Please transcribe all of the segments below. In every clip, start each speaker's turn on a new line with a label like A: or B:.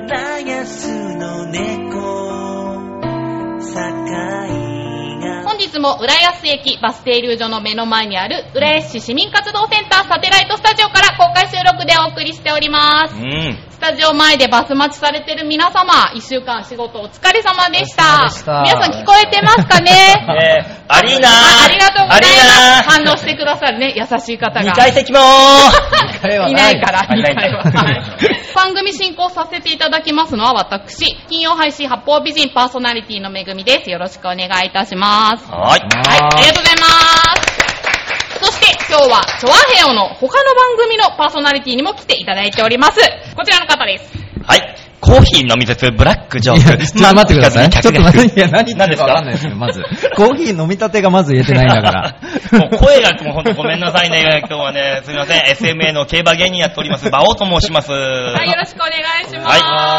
A: ラスの猫堺が
B: 本日も浦安駅バス停留所の目の前にある浦安市市民活動センターサテライトスタジオから公開収録でお送りしておりま
C: う
B: す。
C: ん。
B: スタジオ前でバス待ちされてる皆様、一週間仕事お疲れ様でし
D: お疲
B: た。
D: れ様でした
B: 皆さん聞こえてますか ね
C: えー、アリ ーナー
B: あありがとうございます。
C: アリー
B: 反応してくださるね、優しい方
C: ナー
B: が。
C: 2階席もー
D: 彼はい
B: ないから、
C: あい
B: い
C: な
B: ないい
C: んだ
B: わはい番組進行させていただきますのは私、金曜配信八方美人パーソナリティのめぐみです。よろしくお願いいたします。は
C: はーい。
B: い、ありがとうございます。そして今日は、チョアヘオの他の番組のパーソナリティにも来ていただいております。こちらの方です。
C: はい。コーヒー飲みつつ、ブラックジョー
D: いや
C: ク。
D: ちょっと待ってください。ちょっと待って、いや、何言っ
C: 何で
D: てる
C: す
D: か
C: か
D: わかんないですけど、まず。コーヒー飲みたてがまず言えてないんだから。
C: もう声がもうほんとごめんなさいね、 今日はね。すみません。SMA の競馬芸人やっております、馬王と申します。
B: はい、よろ
C: は
B: しくお願いします。
C: は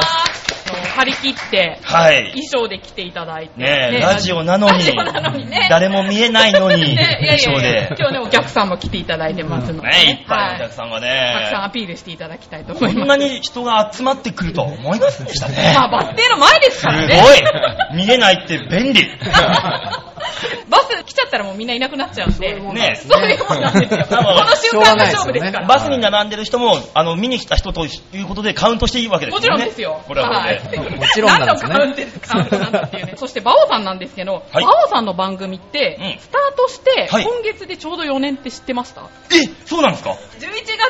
B: もう張り切って、
C: い。
B: 衣装で来ていただいて。
C: ねえ、ラジオなの
B: ラ
C: に
B: ジオなのにね、
C: 誰も見えないのに、
B: ねいやい
C: 衣装
B: やいや
C: で。
B: 今日ね、お客さんも来ていただいてますので、
C: ねいっぱいお
B: はい
C: 客さんが
B: たくさんア
C: ね、
B: ピールしていただきたいと思
C: こ
B: い
C: ん
B: ま
C: な
B: す。
C: に人が集まってくるとは思いませんでしたね。
B: まあ、バス停の前です
C: す
B: からね。
C: ごい見えないって便利
B: バス来ちゃったらもうみんないなくなっちゃうんで。
C: ね
B: そういうもんなんですよ。この瞬間が勝負ですから。
C: バスに並んでる人も、あの、見に来た人ということでカウントしていいわけです
B: もち
C: よね。
B: ろんですよ。
C: これはこれで。
B: い
D: もちろんなんですね
B: 何のカウントですカウントなんだっていうね。そして、バオさんなんですけど、
C: はい
B: バオさんの番組って、
C: うん
B: スタートして、
C: はい
B: 今月でちょうど4年って知ってました
C: え、そうなんですか
B: ?11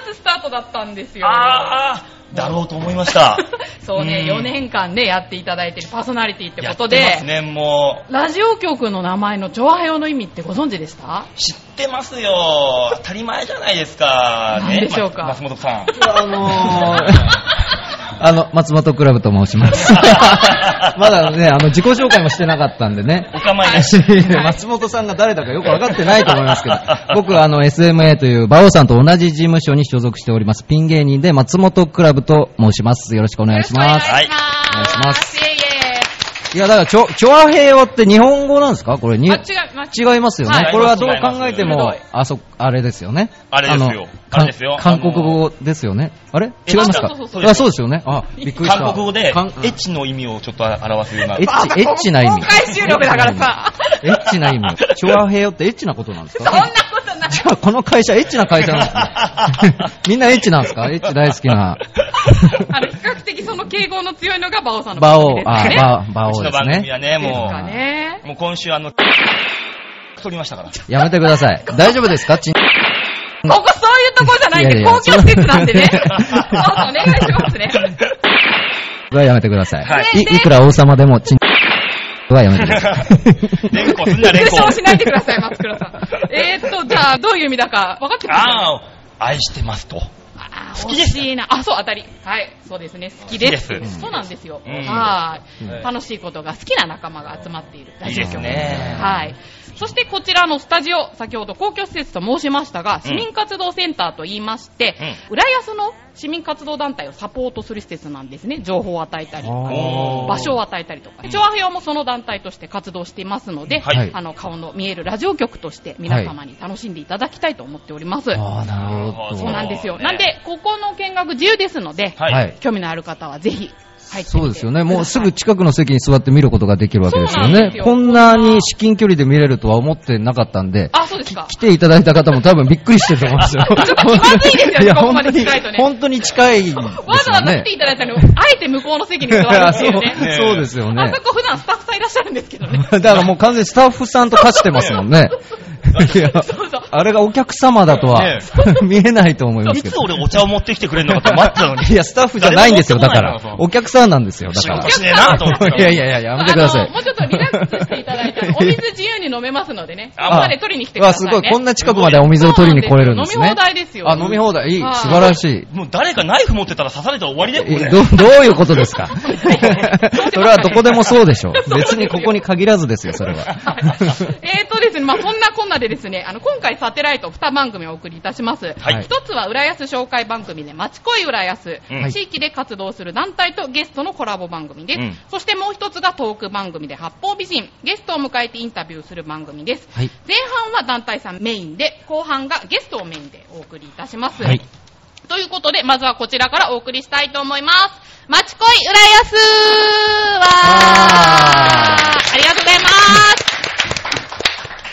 B: 月スタートだったんですよ。
C: あー、だろうと思いました。
B: そうね、
C: うん
B: 4年間ね、やっていただいてるパーソナリティって
C: や
B: こ
C: って
B: と
C: ます
B: で、
C: ね、もう。
B: ラジオ局の名前のジョアヘオの意味ってご存知でした
C: 知ってますよ。当たり前じゃないですか。
B: 何でしょうか
C: ま松本さん。
D: あの ー、あの、松本クラブと申します。まだね、あの、自己紹介もしてなかったんでね。
C: お構いなし。
D: 松本さんが誰だかよく分かってないと思いますけど、僕はあの SMA という馬王さんと同じ事務所に所属しております、ピン芸人で松本クラブと申します。よろしくお願いし
B: よろ
D: ま
B: し
D: す
B: くお。願いします。
D: はいお願いします
B: いえいえ。
D: いや、だから、チョ、チョアヘヨって日本語なんですかこれに、
B: あ、違います。
D: 違いますよね、
B: はい
D: これはどう考えて
B: 違いま
D: も
B: す、
D: あそ、あれですよね。
C: あれですよ
D: の
C: あれですよ
D: 韓韓国語ですよね。あれ違いますか
B: えそうそう
C: そう
D: あそうですよね。あ、びっくりした。
C: 韓国語で、エ
D: 韓
C: ッチの意味をちょっと表すような。
D: エッチ、エッチな意味
B: 公。開収録だからさ。
D: エッチな意味。チョアヘヨってエッチなことなんです
B: そんな
D: か
B: ことない。
D: じゃあ、この会社、エッチな会社なんです ね。みんなエッチなんですかエッチ大好きな。
B: あの、比較的その敬語の強いのがバオさんの
D: バ
B: 番
D: オ
B: 組で、すかね。
D: あ、ババ
C: う
D: オ
C: ちの
D: です
C: 番組は
D: ね。
C: ね、
B: です
C: も
B: かね。
C: う、もう今週あの、取りましたから。
D: やめてください。大丈夫ですかちん
B: ここそういうとこじゃないん
D: いや
B: で、
D: いや
B: 公共施設なんでね。
D: そ
B: そううそう、お願いしますね。
D: はやめてください。、
C: はい
D: いくら王様でも、ちんはやめてください。
C: 連呼すんな、連
B: 優
C: 呼。
B: 勝しないでください、松倉さん。えーっと、じゃあ、どういう意味だか分かってますかね
C: ああ、愛してますと。
B: あー
C: 好きです
B: 惜しいな。あ、そう、当たり。はい。そうですね。好きです。
C: 好きです
B: そうなんですよ。
C: うん
B: は
C: うん
B: い。楽しいことが好きな仲間が集まっているラ
C: いい
B: ジオ
C: です
B: 局
C: ね。
B: はい。そしてこちらのスタジオ、先ほど公共施設と申しましたが、市民活動センターと言いまして、浦安の市民活動団体をサポートする施設なんですね。情報を与えたり、
C: おー
B: 場所を与えたりとか。調和平もその団体として活動していますので、
C: はい
B: あの、顔の見えるラジオ局として皆様に楽しんでいただきたいと思っております。
D: ああ、なるほど。
B: そうなんですよ。
C: ね
B: なんで、ここの見学自由ですので、
C: はい。
D: はい
B: 興味のある方はぜひ入ってみて
D: そうですよね。もうすぐ
B: く
D: 近くの席に座って見ることができるわけですよ
B: そうなんで
D: ね
B: す。よ
D: こんなに至近距離で見れるとは思ってなかったんで
B: だ、さい。あ、そうですか
D: 来。ていただいた方も多分びっくりしてると思うんですよ。
B: ちょっと気まずいですよね
D: や
B: ここまで近いとね
D: 本当に本当に近いですよね。
B: わざわざ来ていただいたのに、あえて向こうの席に座るっていうね。
D: そうそうですよね
B: あ。そこ普段スタッフさんいらっしゃるんですけどね。
D: だからもう完全にスタッフさんと化してますも んね。いや
B: そうそう、
D: あれがお客様だとは
C: ね
D: 見えないと思いま
C: い
D: すけ
C: つ
D: ど。
C: 俺お茶を持ってきてくれるのかと待ってたのに。
D: いや、スタッフじゃないんですよ、だ
C: 誰も
D: か
C: 持ってこない
D: ら
C: の。
D: お客さんなんですよ、だ
C: 仕
D: か
C: 事しねえなと思って
D: ら。いやいやいや、やめてくだ さ
B: あのもう
D: い。
B: ちょっとリラックスしていただいたら、お水自由に飲めますのでね。
C: あ
B: あんまで取りに来てく
D: う
B: だ
D: わ、
B: さ
D: す
B: い、ね。
D: ごい。こんな近くまでお水を取りに来れるんですね。
B: そうなんですよ飲み放題ですよ
D: あ、飲み放題。いい。
B: はい
D: 素晴らしい。
C: もう誰かナイフ持ってたら刺されたら終わりだよ、こ
D: え
C: れ。
D: ど、どういうことですかそれはどこでもそうでしょう。別にここに限らずですよ、それは。
B: えーとですね、まあそんなこんなでですね、あの、今回サテライト2番組をお送りいたします。
C: はい
B: 一つは浦安紹介番組で、まちこい浦安、
C: うん
B: 地域で活動する団体とゲストのコラボ番組です。
C: うん
B: そしてもう一つがトーク番組で、八方美人、ゲストを迎えてインタビューする番組です。
D: はい
B: 前半は団体さんメインで、後半がゲストをメインでお送りいたします。
C: はい
B: ということで、まずはこちらからお送りしたいと思います。まちこい浦安はありがとうございます。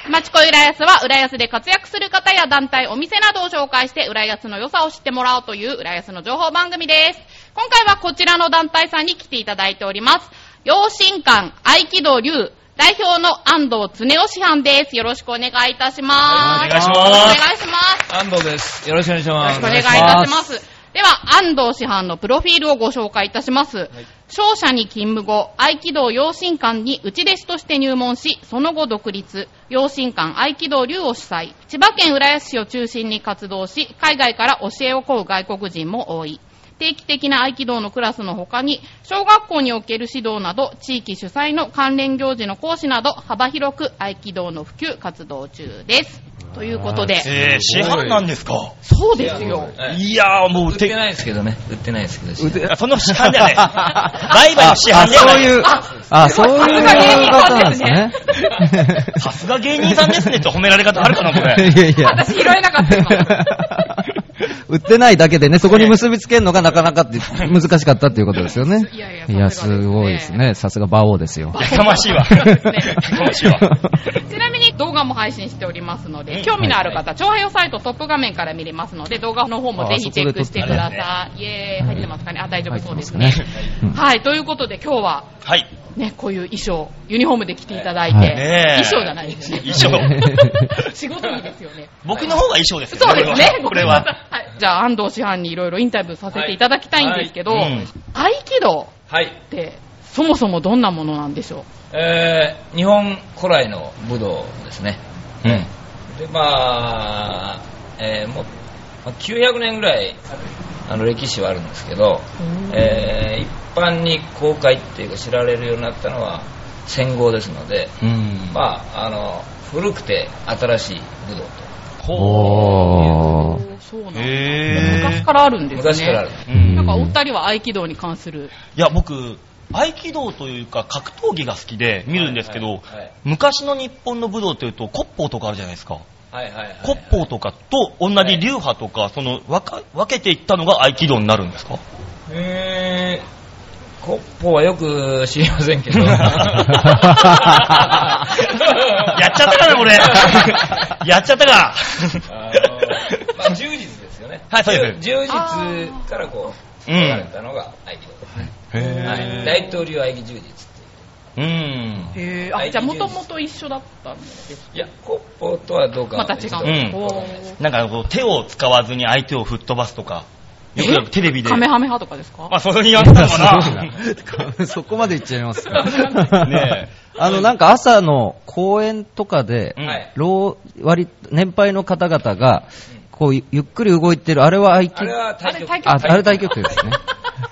B: まちこい浦安は、浦安で活躍する方や団体、お店などを紹介して、浦安の良さを知ってもらおうという、浦安の情報番組です。今回はこちらの団体さんに来ていただいております。養親館合気道流代表の安藤恒夫師範です。よろしくお願いいたします。
C: お願いし
B: お
C: ま
B: 願い
C: す。
B: します。
E: 安藤です。よろしくお願いします。
B: よろしくお願いいたします。では、安藤師範のプロフィールをご紹介いたします。商社に勤務後、合気道養親館に内弟子として入門し、その後独立、養親館合気道流を主催。千葉県浦安市を中心に活動し、海外から教えを請う外国人も多い。定期的な合気道のクラスの他に、小学校における指導など、地域主催の関連行事の講師など、幅広く合気道の普及活動中です。ということで、
C: えー、市販なんですか
B: そうですよ。
E: はい
C: いやー、もう
E: 売って
C: て、
E: ないですけどね。売ってないですけど。
C: あその市販じ ゃない。売買の市販
D: あ、
C: では
D: そう
C: ない。
D: いう、あ、そういう方なんですね。
C: さすが芸人さんですねって褒められ方あるかな、これ。
D: いやいや。
B: 私拾えなかった今
D: 売ってないだけでね、そこに結びつけるのがなかなかって難しかったっていうことですよね。
B: いやいや
D: いや、
B: さすがですね
D: すごいですね。さすが馬王ですよ。
C: やかましいわ。
B: そうですね
C: やかましいわ。
B: ちなみに動画も配信しておりますの
C: う
B: で、
C: ん
B: 興味のある方、長平サイトトップ画面から見れますので、動画の方もぜひチェックしてください。イエーイ、入ってますかねあ、大丈夫そうですね
D: 入ってますね。うん
B: はい、ということで今日は、
C: はい。
B: ね、こういう衣装、ユニフォームで着ていただいて、
D: はい
C: ねえ
B: 衣装じゃないですね。
C: 衣装。
B: 仕事着ですよね。
C: 僕の方が衣装ですよ
B: そうですね。
C: これ
B: ごめんな
C: は。
B: さいはい、じゃあ、安藤師範にいろいろインタビューさせていただきたいんですけど、
C: はいはいうん
B: 合気道
E: はい
B: っ。て、そもそもどんなものなんでしょ
E: えー、日本古来の武道ですね。
C: うん。
E: で、まあ、えー、もう、まあ900年ぐらい、あの、歴史はあるんですけど、
B: う
E: えー、一般に公開っていうか知られるようになったのは戦後ですので、
C: うん。
E: まあ、あの、古くて新しい武道
D: おー。
B: そうなんだ
C: へ
B: 昔
C: ー
B: からあるん
E: と。
B: ですね。
E: 昔からある。
C: うん
B: なんかお二人は合気道に関する。
C: いや、僕、合気道というか格闘技が好きで見るんですけ
E: はい
C: ど
E: はいはい、
C: 昔の日本の武道というと、骨法とかあるじゃないですか。
E: はいはいはい。
C: 骨法とかと同じ流派とか、その分か分けていったのが合気道になるんですか
E: えー、コッポはよく知りませんけ ど。
C: やっちゃったかな、こ れ。やっちゃったか。
E: あのまあ、柔術ですよね。
C: はいそうです
E: 柔柔術からこう、
C: うん
E: 流れたのが合気道。 はい。大統領合気柔術って
C: うん。
B: へーあ、じゃあもともと一緒だったんです。
E: いう。いや、コッポとはどうか
B: ま
E: は
B: た
E: 別
B: 違
E: と
B: うんです。
C: うん
B: お
C: なんかこう手を使わずに相手を吹っ飛ばすとか、よくよくテレビ
B: ー
C: で。
B: カメ
C: ま
B: ハメ派とかですか
C: あ、それにやったのかな。
D: すごいなそこまでいっちゃいますか。
C: ね
D: あの、なんか朝の公園とかで、
C: うん
E: はい。
D: 老割年配の方々がこうゆゆっくり動いてるあれは合気
E: あれは対局。
B: あれ
D: ああれ大曲ですね。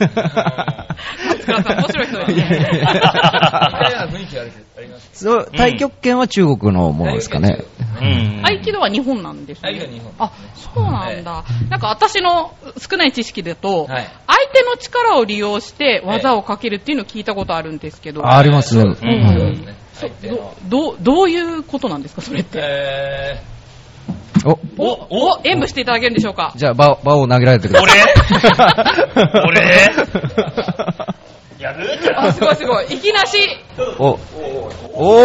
B: 塚田さん面白い人ですね
E: あれは雰囲気あるあります。
D: そう太極拳は中国のものですかね。
C: うん。
B: 合気道は日本なんです
E: 合気道は
B: ね。
E: 日本。
B: あ、そうなんだ。なんか私の少ない知識だと、
E: はい
B: 相手の力を利用して技をかけるっていうのを聞いたことあるんですけど、
D: ああります。
E: そうですね
B: うん
E: そうですね。相手
B: ど
E: の。
B: どうどういうことなんですか、それって。
E: えー
D: お
B: お、お、演舞していただけるんでしょうか
D: じゃあ場場を投げられてください。
C: 俺俺やる
B: あ、すごいすごい。いきなし。
D: おお
B: お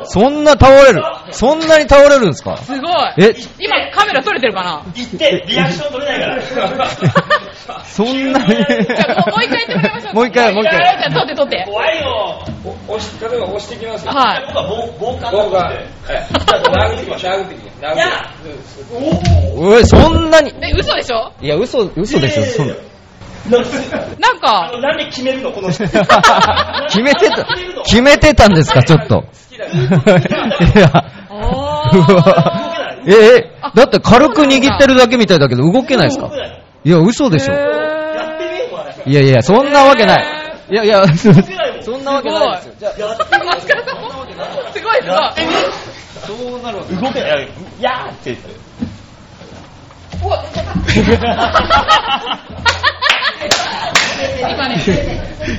D: ーそんな倒れるそんなに倒れるんですか
B: すごい。
D: え
B: 今カメラ撮れてるかな
C: 言って、リアクション取れないから。
D: そんなに
B: じゃあもうもう一回言ってもらいましょう。
D: もう一回もう一
B: じ
D: 回
B: ゃあ撮って撮って。
C: 怖いよ。
E: お押し、例えば押してきますよ。
B: はい。
C: 僕は防防寒
E: 僕が、はい。
C: 殴
E: 殴
C: っ
E: ってて
C: きま
E: きま
C: し
E: したた。殴ってきました。殴
C: いや
D: おいそんなに
B: え、嘘でしょ
D: いや嘘 嘘でしょそんな
B: なん
C: あの
B: か、
C: なんで決めるのこの 人。
D: 決めて た、決めてたんですか、ちょっと。 いや、
B: あ
D: う
B: ー
D: わえ、え、だって軽く握ってるだけみたいだけど動けないですかいや、嘘でしょ。
B: へ
D: いやいや、そんなわけない。いやいや、そ
B: ーすごい。松倉さんもすごいすごい。
C: 動けない。いやーって言って。
B: お今ね、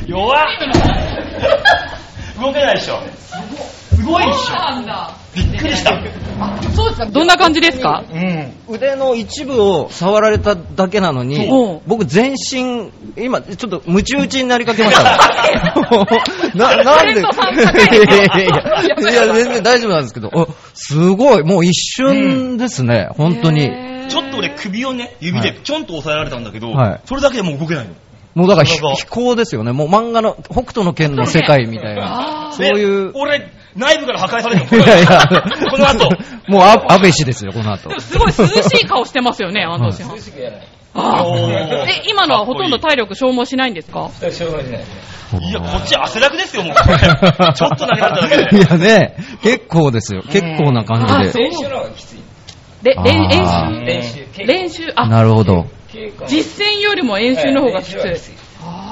C: 弱っ動けないでしょ。すごいでしょ。
B: なんだ。
C: びっくりした。
B: そうですか。どんな感じですか
C: うん。
D: 腕の一部を触られただけなのに
B: そう、
D: 僕全身、今、ちょっとムチ打ちになりかけました。 な、なんで
B: テントさん高い
D: いやいやいや、いや全然大丈夫なんですけど、おすごい、もう一瞬ですね、本当に。
B: へー
C: ちょっと俺首をね、指でちょんと押さえられたんだけど
D: はい、
C: それだけでもう動けないの。
D: もうだからひ
C: なんか
D: 飛行ですよね、もう漫画の北斗の剣の世界みたいな
B: あ、ー
D: そういう
C: で。俺、内部から破壊されるの。
D: いやいや、
C: この後。
D: もうあ安倍氏ですよ、この後
B: で。もすごい涼しい顔してますよね、安藤さん。
E: しくやらない。
B: あ
C: おー
B: ーえ、今のはほとんど体力消耗しないんですか
E: それはしょうがないですね。
C: いや、こっち汗だくですよ、もう。ちょっと投げられただけ
D: い
C: で。
D: やね、結構ですよ。結構な感
B: あ
D: じで。
E: 練習の方がきつい。
B: で、
D: あー
B: 練練
C: うん
E: 練習、
B: 習
E: 稽
B: 練習、あ、
D: なるほど。
E: 古。稽古
B: 実践よりも演習の方がきつい。
E: 練習はきつい。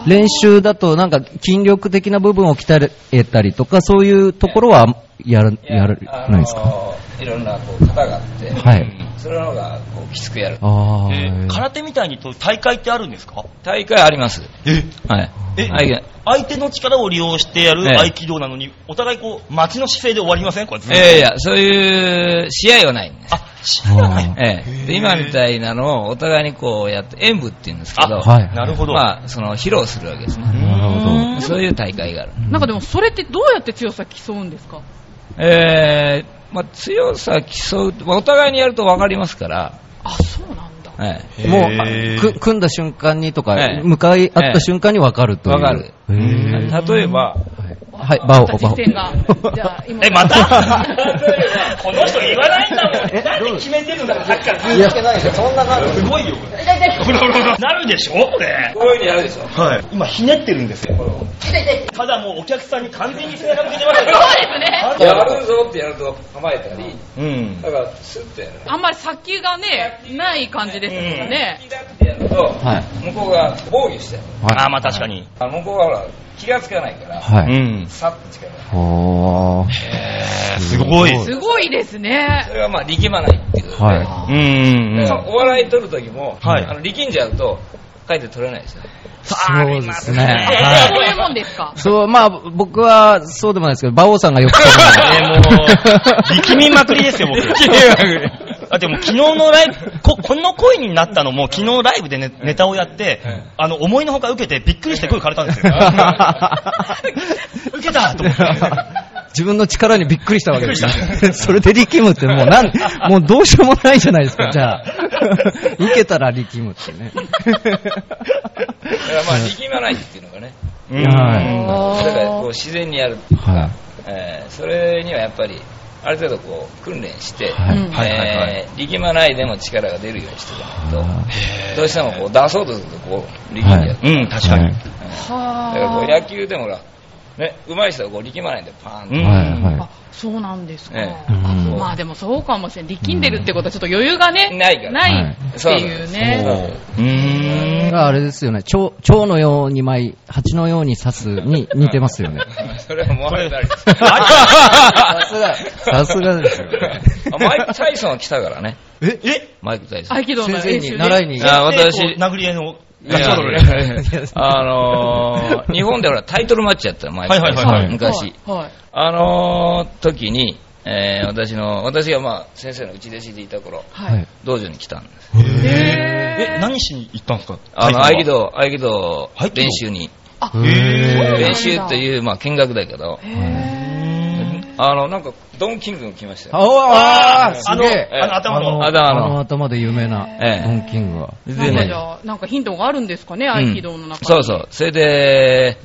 D: 練習だとなんか筋力的な部分を鍛えたりとか、そういうところはやる、やる、ないですか
E: あのいろんなこう型があって、
D: はい。
E: それの方がこうきつくやる。
D: ああ、
C: えー 空手みたいにと大会ってあるんですか
E: 大会あります。
C: え
E: はい。
C: え
E: はい
C: 相手の力を利用してや
E: ええ
C: る合気道なのに、お互いこう、待ちの姿勢で終わりませんこれずっ
E: い
C: と
E: やいや、そういう試合はないんです。
C: あ、知らない。
E: え
C: へ
E: え
C: ー
E: で今みたいなのをお互いにこうやって演舞っていうんですけど、
C: あ
D: はい
C: なるほど。
E: まあ、その披露するわけですね。
D: なるほど。
E: そういう大会がある。
B: なんかでもそれってどうやって強さ競うんですか
E: えーまあ、強さ競う、まあお互いにやると分かりますから、
B: あ、そうなんだ。
E: ええ
D: もう
C: へー
D: あ、く組んだ瞬間にとか、
E: ええ
D: 向かい合った瞬間に分かるという。
E: 分かる
D: へー
E: 例えば、
D: はい、バオ、
B: 私
D: バオ。
B: 実践が。じ ゃあ、今。
C: え、ま た この人言わないんだもん。なんで決めてるんだろう、さっきから。
D: いや
C: すごいよ、これ。ほらほらほらなるでしょこれ。
E: こういうふうにやるでしょ。
C: はい。今、ひねってるんですよ。ただもうお客さんに完全に背中向けてますよ。
B: そう
C: ですね
E: やるぞってやると構えたり、
C: うん。
E: だからスッとやる。
B: あんまり先がね、ない感じですよね。
E: キラってやると、
D: はい
E: 向こうが防御してやる。
C: あー、
D: は
C: まあ確かに。
E: あの向こうがほら、気がつかないから、
D: い。はい。
C: ん。
E: さっと力が。
D: ほー
C: えー、すごい。
B: すごいです
E: そ
B: ね。
E: れはまあ力まないっていうことで、
D: はい
C: うんうんう
E: だ
C: ん
E: からお笑い取るときも、
C: はい
E: あの力んじゃうと、書いて取れないですよ。
D: そうです
B: そ
D: ね。は
B: う
D: い。
B: いうもんですか。
D: そう、まあ、僕はそうでもないですけど、馬王さんがよくそう
C: え
D: な
C: ー
D: んで
C: もう、 力みまくりですよ、僕。だってもう昨日のライブ、こ、この声になったのも昨日ライブでねネタをやって
E: ええ、
C: あの、思いのほか受けてびっくりして声枯れたんです よ。受けたと思って。
D: 自分の力にびっくりしたわけです
C: びっくりし。た
D: それで力むってもうなん、もうどうしようもないじゃないですか、じゃあ。受けたら力むってね。
E: だからまあ力まないっていうのがね、
C: うん
D: は
E: だ
B: あ
E: からこう
B: ー
E: 自然にやる、
D: は
E: えーそれにはやっぱり、ある程度こう訓練して、
D: はい
B: うん
C: はいはいはい
E: えー力まないでも力が出るようにしていかない
D: い。
E: と、どうしてもこう出そうとするとこう力んじゃう。
C: うん、確かに。
E: だからこう
B: は
E: 野球でもほら、ね、上手い人はこう力まないんでパーンと、
C: うん
D: はい
B: あ。
D: は
B: あそうなんですか。
E: ええ
B: あまあでもそうかもしれない。力んでるってことはちょっと余裕がね、
E: ないから
B: ないっていう
E: そう
B: ね。
E: なんです
C: うー
D: い。
C: ん。
D: があれですよね、蝶、蝶のように舞い、蜂のように刺すに似てますよね。
E: それはもうあれだりです。
D: さすが、さすがですよ。
E: あマイク・タイソンは来たからね。
C: ええ
E: マイク・タイソン。
B: 合気道の
D: 先
B: 練
D: 生
B: 習で。
D: に、習いに。
E: あ私
C: でこう殴り合いの、
E: いやい
C: ガチョドルで
E: やいやあのー、日本でほらタイトルマッチやったの、マイク・タイソン
C: はいはいはい
E: 昔。
B: はい。はい
E: あのー、時に、えー私の、私がまあ、先生の内弟子でいた頃、
B: は
D: はいい。
E: 道場に来たんです。
C: え、何しに行ったんですか
E: あの、合気
C: 道。
E: 道、合気道
C: 合気道
E: 練習に。
B: あ、
D: へ
C: え
B: そうなんだ
E: 練習という、まあ、見学だけど、
B: へ
E: あの、なんか、ドン・キングも来ましたよ。
D: おあ
C: あの、あの頭の。
E: あだ
D: あ
E: あの
D: の頭で有名な、
E: ええ
D: ドンキングは。
B: ーな
E: で
B: んかじ
E: ね、
B: ゃあ、なんかヒントがあるんですかね、合気道の中に。
E: そうそう。それで、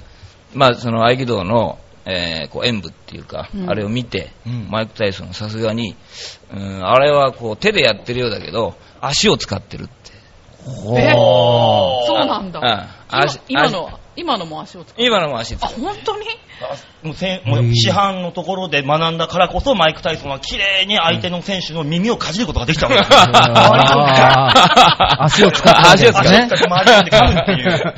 E: まあ、その合気道の、えーこう演舞っていうか、
B: うん
E: あれを見て、
C: うん
E: マイク・タイソンさすがに、うん、あれはこう手でやってるようだけど、足を使ってるって。
B: え
C: おー
B: そうなんだ。
E: うん
B: 今
E: 足
B: 今
E: 足
B: のは、今のも足を使う。
E: 今のも足使
B: あ、
E: う。
B: 本当に
C: もうせんもう市販のところで学んだからこそ、マイク・タイソンは綺麗に相手の選手の耳をかじることができたわけですよ。
D: あー足を使って
E: 足を使
D: わ
E: っ
D: け
E: て
D: で
C: 足を
D: す
C: 使って回り込んで噛むっていう。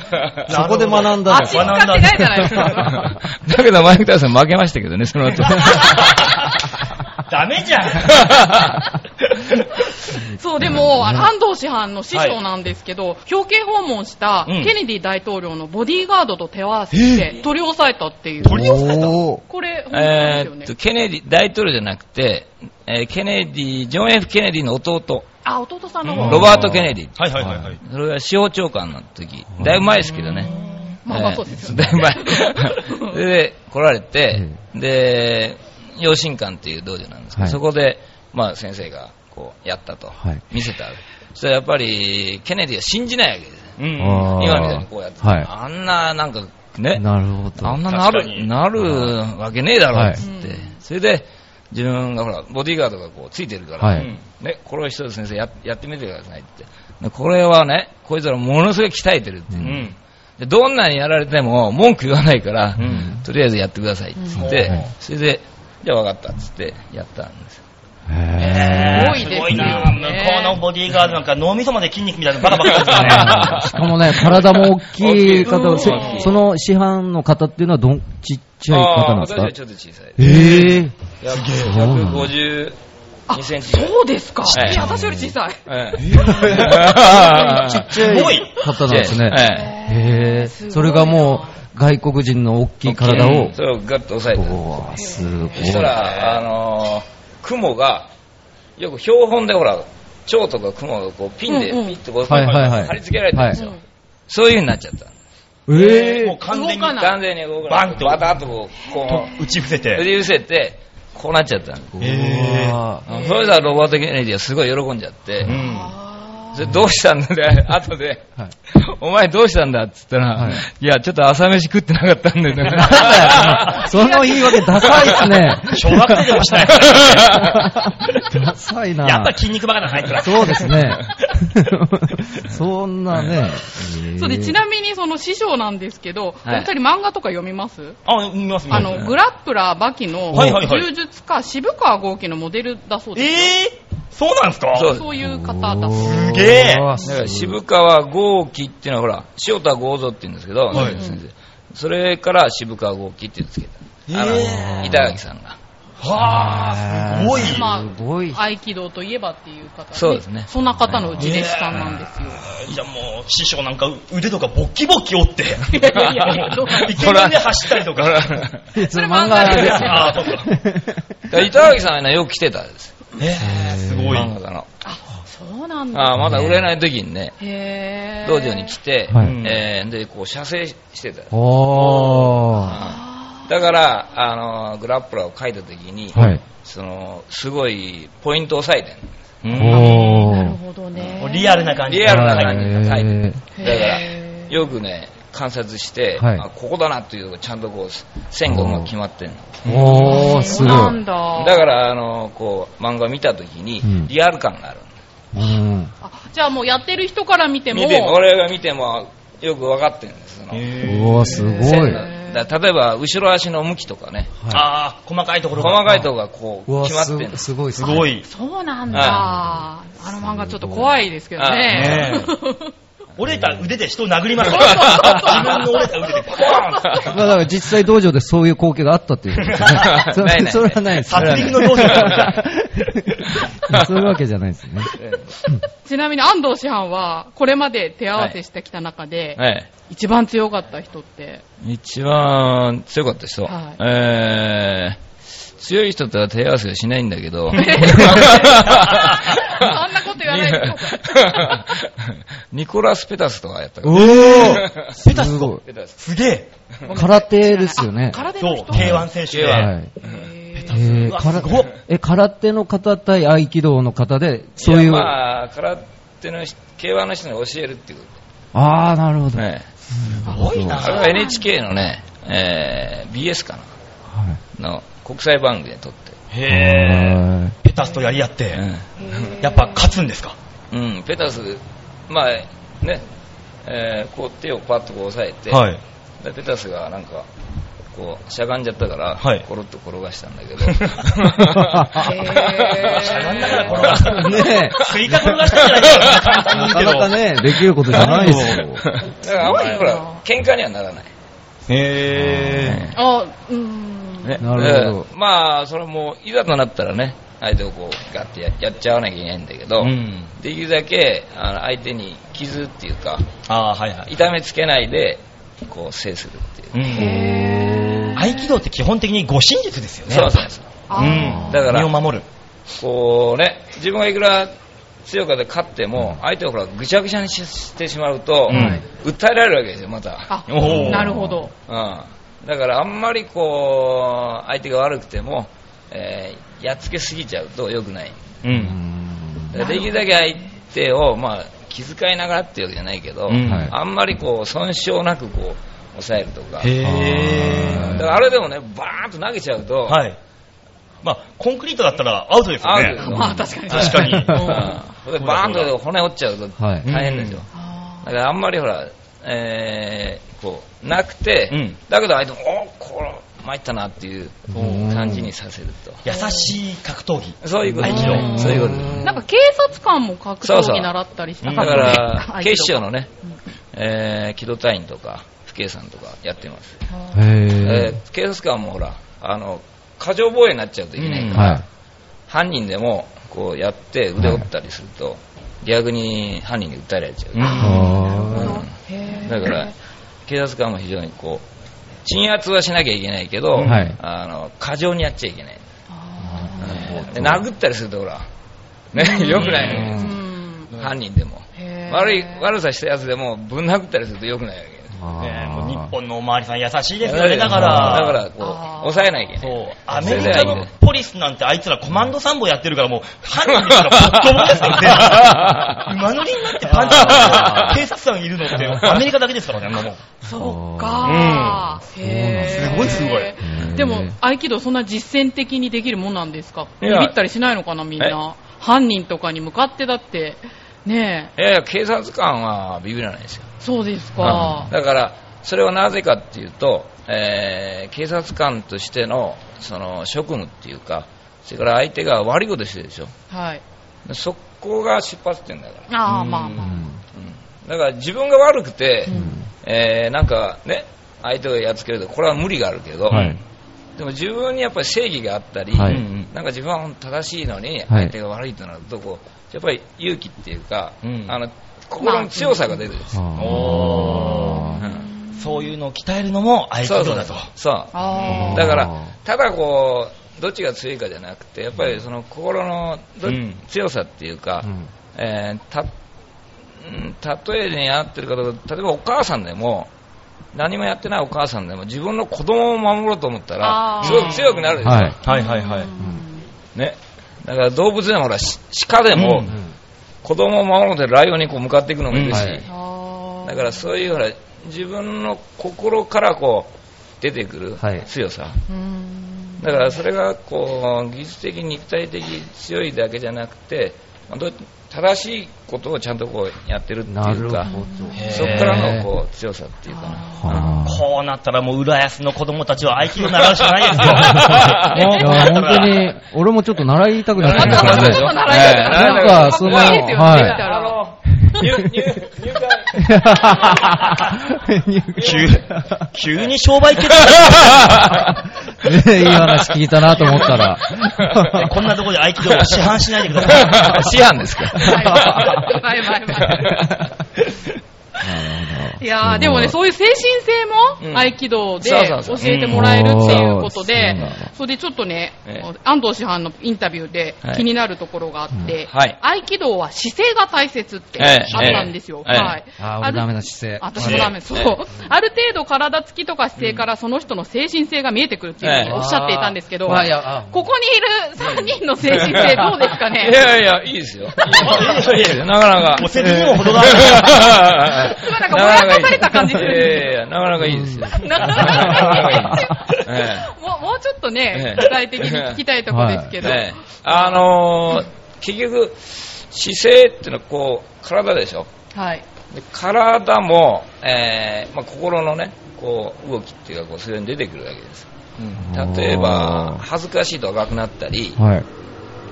D: そこで学んだんだ。
B: 足使ってないじゃないですか。
E: だけど、マイク・タイソン負けましたけどね、その後。
C: ダメじゃん。
B: そう、でも、あの安藤師範の師匠なんですけど、表敬訪問した
C: うん
B: ケネディ大統領のボディーガードと手を合わせて取り押さえたっていう。
C: 取り押さえた
D: おー
B: これ、本当なんで
E: え
B: すよ
E: ー
B: ね
E: っと、。ケネディ、大統領じゃなくて、えーケネディ、ジョン・ F ・ケネディの弟、
B: あ、弟さんの
C: うん
B: 方
E: ロバート・ケネディ。
C: はいはいはいはい。
E: それは司法長官の時、だいぶ前ですけどね。
B: まあまあそうですよ
E: え
B: ね。
E: ーだいぶ 前。で、来られて、で、養親館っていう道場なんですけど、
D: はい
E: そこで、まあ先生が、こう、やったと、
D: はい
E: 見せた。そしたらやっぱり、ケネディは信じないわけですね。
C: うん。
D: あー
E: 今みたいにこうやって、
D: はい
E: あんな、なんか、ね、
D: なるほど。
E: あんなな
C: 確かに
E: る、なるわけねえだろ、
D: はい
E: つって、
B: うん
E: それで、自分がほら、ボディーガードがこう、ついてるから、
D: はい
C: うん
E: ね、これを一つ先生や、やってみてくださいって。でこれはね、こいつらものすごい鍛えてるっていうう、
C: ん。
E: でどんなにやられても文句言わないから、
C: うん
E: とりあえずやってくださいって言っ
D: う
E: て、
D: ん
E: それで、じゃあ分かったっつってやったんですよ。
D: へ
B: すごいですね
C: すごいな向こうのボディーガードなんか脳みそまで筋肉みたいなのバカバカですね。
D: ーしかもね、体も大きい方、
E: 大きい
D: せ
E: 大きい
D: その市販の方っていうのはどん、ちっちゃい方なん
E: あ
D: で
E: ー
D: す
E: 私
D: か
E: はちょっと小さい。
D: ええ
E: 152
B: あ、
E: センチぐらい。
B: そうですか。
E: はい
B: いや、私より小さい。
E: ええ
D: ちっちゃい
C: すごい
D: 方なんですね。へ
E: ええ
D: え、それがもう外国人の大きい体
E: う
D: を
E: ん。それをガッと押さえて
D: おわすごい。
E: そしたら、あのー雲が、よく標本でほら、蝶とか雲がこうピンで
B: うんうん
E: ピッとこう、
D: はいはいはい
E: 貼り付けられてるんですよ、
D: は
E: そういう風になっちゃった。
D: え
C: もう完全に
B: 動かない
E: 完全にこう、
C: バン
E: っ
C: と
E: バタッとこう、こ
C: 打ち伏せ
E: う、振
C: て。
E: り伏せて、こうなっちゃったの。
D: ー
C: えー
D: うわ
E: それじゃロバート・ケネディはすごい喜んじゃって、
C: うん。
E: それどうしたんだね、 後で、
D: はい
E: お前どうしたんだって言ったら、
D: はい
E: い、や、ちょっと朝飯食ってなかったんだ よね。
D: ーその言い訳ダサいっすね。
C: 小学生でもしない。
D: ダサいな。
C: やっぱ筋肉バカなの入ってる。
D: そうですね。そんなね。
B: そうで、ちなみにその師匠なんですけど、お
E: はい
B: 二人漫画とか読みます
C: あ、見ます見
B: あ
C: ます。
B: の、グラップラーバキの
C: はいはいはい
B: 柔術家、渋川豪樹のモデルだそう
C: え
B: です。
C: ー、そうなんですか
E: そう
B: そういう方だそう
C: すげえ
E: だから渋川豪樹っていうのはほら塩田豪蔵って言うんですけど、
C: はい
E: 先生それから渋川豪樹ってつけた、あの
D: え
E: 板垣さんが
C: はあ、すごい。
B: まあ
D: すごい。
B: 合気道といえばっていう方
E: そうですね
B: そんな方のうち弟子さんなんですよ。
C: じゃあもう、師匠なんか腕とかボッキボッキ折って、
B: いやいやいやどうなん
C: イケメンで走ったりとか。
D: それ漫画です よ。
C: ああ、そうか。
E: だから板垣さんはねよく来てたんです
C: えー、すごい。
E: 漫画家の
B: あ、そうなんだ。
E: あーまだ売れない時にね
B: へー。
E: 道場に来て、
D: はい
E: えーでこう射精してた
D: おー。
E: だから、あのーグラップラーを書いた時に、
D: はい。
E: そのすごいポイントを押さえてんの
D: お
B: なる
D: ー。
B: ほどね
C: もう。リアルな感じ。
E: リアルな感じが書いて
D: へ
E: るだから
B: へー
E: よくね観察して、
D: はい
E: あここだなっていうとこちゃんとこう線がうまく決まってんの
D: おー、す
B: そ
D: ご
B: う
D: い。
B: なんだ。
E: だからあのこう漫画見た時に
D: うん
E: リアル感がある、
D: うん。
B: あじゃあもうやってる人から見ても、
E: 見て俺が見てもよく分かってるんですその
C: え
D: うわ、すごい。
E: 線のだ例えば後ろ足の向きとかね
C: ー、ああ、細かいところ
E: 細
C: が。
E: かいとこがこ
D: う
E: う
D: わ、
E: 決まって
D: す
E: んの
D: すごい
C: すご
D: い。
C: い。
B: そうなんだ。あ
E: は
B: の漫画ちょっと怖いですけどね。
C: あね折れた腕で人を殴ります。自分の折れた腕でポーン
D: まあだから実際道場でそういう光景があっ たっていうことですねそれ
E: ないない
D: それはないです。それ
C: 殺
D: は ない
C: 戮の道場だ
D: そういうわけじゃないですね。
B: ちなみに安藤師範は、これまで手合わせしてきた中で、
E: え
B: 一番強かった人って、
E: え一番強かった人、
B: はい
E: えー強い人とは手合わせはしないんだ けど
B: あんなこと言わないでくだ
E: ニコラス・ペタスとかやったか
D: お
E: ら
D: ーすごい。
E: ペタス
C: すげえ。
D: 空手ですよね。
B: 空手
C: そ
B: の
C: う、
B: 人
C: K1 選手で。
D: は
B: へ
D: い。
B: ー
D: えー
C: わ
D: 空
C: すごっ
D: え、空手の方対合気道の方で、そういう。
E: や
D: あ
E: まあ、空手の人、K1 の人に教えるっていうこ
D: あー、なるほ
E: と。
D: ど。
E: ね、
D: す
C: ごいな
E: それは NHK のね、えー BS か
D: は
E: な、の国際番組で撮って。
D: い。
C: へえ。
D: は
C: ペタスとやり合って、やっぱ勝つんですか
E: うん、うんペタス、まあ、ね、えーこう手をパッとこう押さえて、
C: い。
E: でペタスがなんか、こう、しゃがんじゃったから、
C: はい
E: コロッと転がしたんだけ ど、
B: へー
C: しゃがんだから転がした。
D: い。 ね
C: スイカ転がしたん じゃないですか、簡
D: え、
C: 単に
D: な
C: 言うけど
D: かなかね、できることじゃないですよ。
E: だからあんまりほら、喧嘩にはならない。
C: へ
E: え
B: あ、うーん。
E: ね
D: なるほど
E: えーまあ、それも、いざとなったらね、相手をこうガッてややっちゃわなきゃいけないんだけど、
C: うん。
E: できるだけあの相手に傷っていうか
C: ああ、はいはい。
E: 痛めつけないでこう制するっていう、
C: うん。合気道って基本的に護身術ですよね。
E: そうそうそう
B: あ
C: うん。
B: ー
E: だから
C: 身を守る。
E: こうね自分がいくら強くで勝っても相手をほらぐちゃぐちゃにししてしまうと、
C: うん
E: 訴えられるわけですよまた、
B: あ
C: おー
B: なるほど。
E: うん、だからあんまりこう相手が悪くても、えーやっつけすぎちゃうと良くない
C: うん。
E: だからできるだけ相手を、まあ、気遣いながらっていうわけじゃないけど、
C: うん
D: はい
E: あんまりこう損傷なくこう抑えるとか
C: へ
E: だ
C: え。
E: からあれでもねバーンと投げちゃうと、
C: はい。まあ、コンクリートだったらアウトですよ
E: アウト
C: ね
E: です。よ
B: まあ確かに。
C: 確かに。
E: うん
C: う
E: でバーンと骨折っちゃうと
D: は
E: 大
D: い
E: 変ですよ、
B: あ
E: だからあんまりほら、えーこうなくて、
C: うん
E: だけど相手もおこら参ったなっていう感じにさせると、
C: 優しい格闘技。
E: そういうこと
C: 合
E: で
C: 気
E: す
C: 道
E: ねそういうことです
B: ーなんか警察官も格闘技習ったりした
E: だか
B: 格闘
E: ら
B: 技
E: 警視庁のね、えー、機動隊員とか府警さんとかやってます、
D: へ
E: え
D: え。
E: ー警察官もほらあの過剰防衛になっちゃうといけないから、
D: はい。
E: 犯人でもこうやって腕折ったりすると、逆に犯人に訴えられちゃう、
D: は
B: へー
E: だから警察官も非常にこう鎮圧はしなきゃいけないけど、
D: はい
E: あの過剰にやっちゃいけない、
B: あ
E: で殴ったりするとほら、ね、よくな
D: ー
E: いよ
B: ーう
E: ね、
B: ん
E: 犯人でも
B: へー
E: 悪い悪さしたやつでもぶん殴ったりするとよくないわけです
C: ね
D: あ
C: もう日
D: ー
C: 本のおまわりさん優しいですよね、だから。
E: だからこう
B: あー
E: 抑えなきゃいけ
C: そ、
E: ないう
C: アメリカのポリスなんてあいつらコマンド参謀やってるからもう、犯人ですから、ボッコボコです からね。馬乗りになってパンチした 警察官いるのって、アメリカだけですからね、あんなもん。
B: そうかー、へー
C: そうなんすごいすごい
D: へー
B: でも合気道そんな実践的にできるもんなんですか
E: い
B: ビビ
E: や
B: ったりしないのかなみんな犯人とかに向かってだってねえ
E: いやいや警察官はビビらないですよ
B: そうですか
E: だから、それはなぜかっていうと、えー警察官としてのその職務っていうか、それから相手が悪いことしてるでしょ、
B: はい
E: そこが出発点だから、
B: ああまあ
D: う
B: ま
D: ん
E: うん、だから自分が悪くて
B: あ、うん
E: えーなんかね、相手をやっつけると、これは無理があるけど、
D: はい。
E: でも自分にやっぱり正義があったり、
D: はい
E: うんなんか自分は正しいの
D: は
E: に、
D: い
E: 相手が悪いとなるとこう、やっぱり勇気っていうか、
C: うん
E: あの心の強さが出るんですよ。
D: あ
E: う
D: ー
E: ん
C: そういうのを鍛えるのも合気
E: そうそ
C: 道
E: う
C: だと。
E: そう
B: あ
E: だか
D: あー
E: ら、ただこう、どっちが強いかじゃなくて、やっぱりその心のど
C: うん
E: 強さっていうか
D: う、ん
E: えーたうん例えに合ってるかどうか、例えばお母さんでも、何もやってないお母さんでも、自分の子供を守ろうと思った
B: あ
E: ら、
B: ー
E: すごく強くなるでしょ、
D: はい
C: はいはいはい。
E: ね、だから動物でもほら、し鹿でも、
C: うん
E: 子供を守ろうとライオンにこう向かっていくのもいるし、
D: うんはい
B: あ
E: だからそういうほら、自分の心からこう出てくる
D: はい
E: 強さ。
B: うーん
E: だからそれがこう技術的、肉体的強いだけじゃなくて、まあどう正しいことをちゃんとこうやってるって
D: な
E: いう
D: る
E: か、
D: ほど。
E: そこからのこう強さっていうかな、
D: はあ
C: こうなったらもう浦安の子供たちは合気道習うしか ないですよ。
D: いや、本当に、俺もちょっと習いたくなってきま
B: あ
D: した
B: そう
D: ね。
B: そう習い
E: たくなる
D: なんか、その、
B: かっこいいですよね
D: は
B: 見た
D: い。
B: ら
E: あの入入入会
C: 急急に商売決定
D: ねいい話聞いたなと思ったら。
C: こんなところで合気道を市販しないでください。
E: 師範ですか
B: はいはいは
D: なるほど
B: いやーでもね、そういう精神性
E: う
B: も
E: ん
B: 合気道で
E: そうそうそ
B: 教
E: う
B: えてもらえるっていうことで
D: うんおーそうなんだ、
B: それでちょっとね
E: ええ、
B: 安藤師範のインタビューで
E: はい
B: 気になるところがあって、
E: うんはい
B: 合気道は姿勢が大切って
E: え
B: あっ
E: え
B: たんですよ。
E: ええ
B: はい。
D: あー、
B: あ
D: 俺
B: る
D: ダメだ、姿勢。
B: 私もダメ、そう。ある程度体つきとか姿勢からその人の精神性が見えてくるっていうふうにおっしゃっていたんですけど、
D: あーまあいやあ
B: ここにいる3人の精神性どうですか
E: い
B: ね
E: やいや、いいですよ。いいですよいいですよなかな か。
C: もう説にも程があ
B: すごいなんかぼやかされた感じす
E: い
B: る。
E: やいや、なかなかいいですよ。
B: な
E: なかなかいいです。ええ
B: もうもうちょっとね、
E: ええ
B: 具体的に聞きたいところですけど、
E: ええあのー結局、姿勢っていうのはこう体でしょ、
B: はい。
E: で体も、えーまあ、心のねこう動きっていうかこう、それに出てくるわけです、例えば、恥ずかしいと赤くなったり、
D: はい。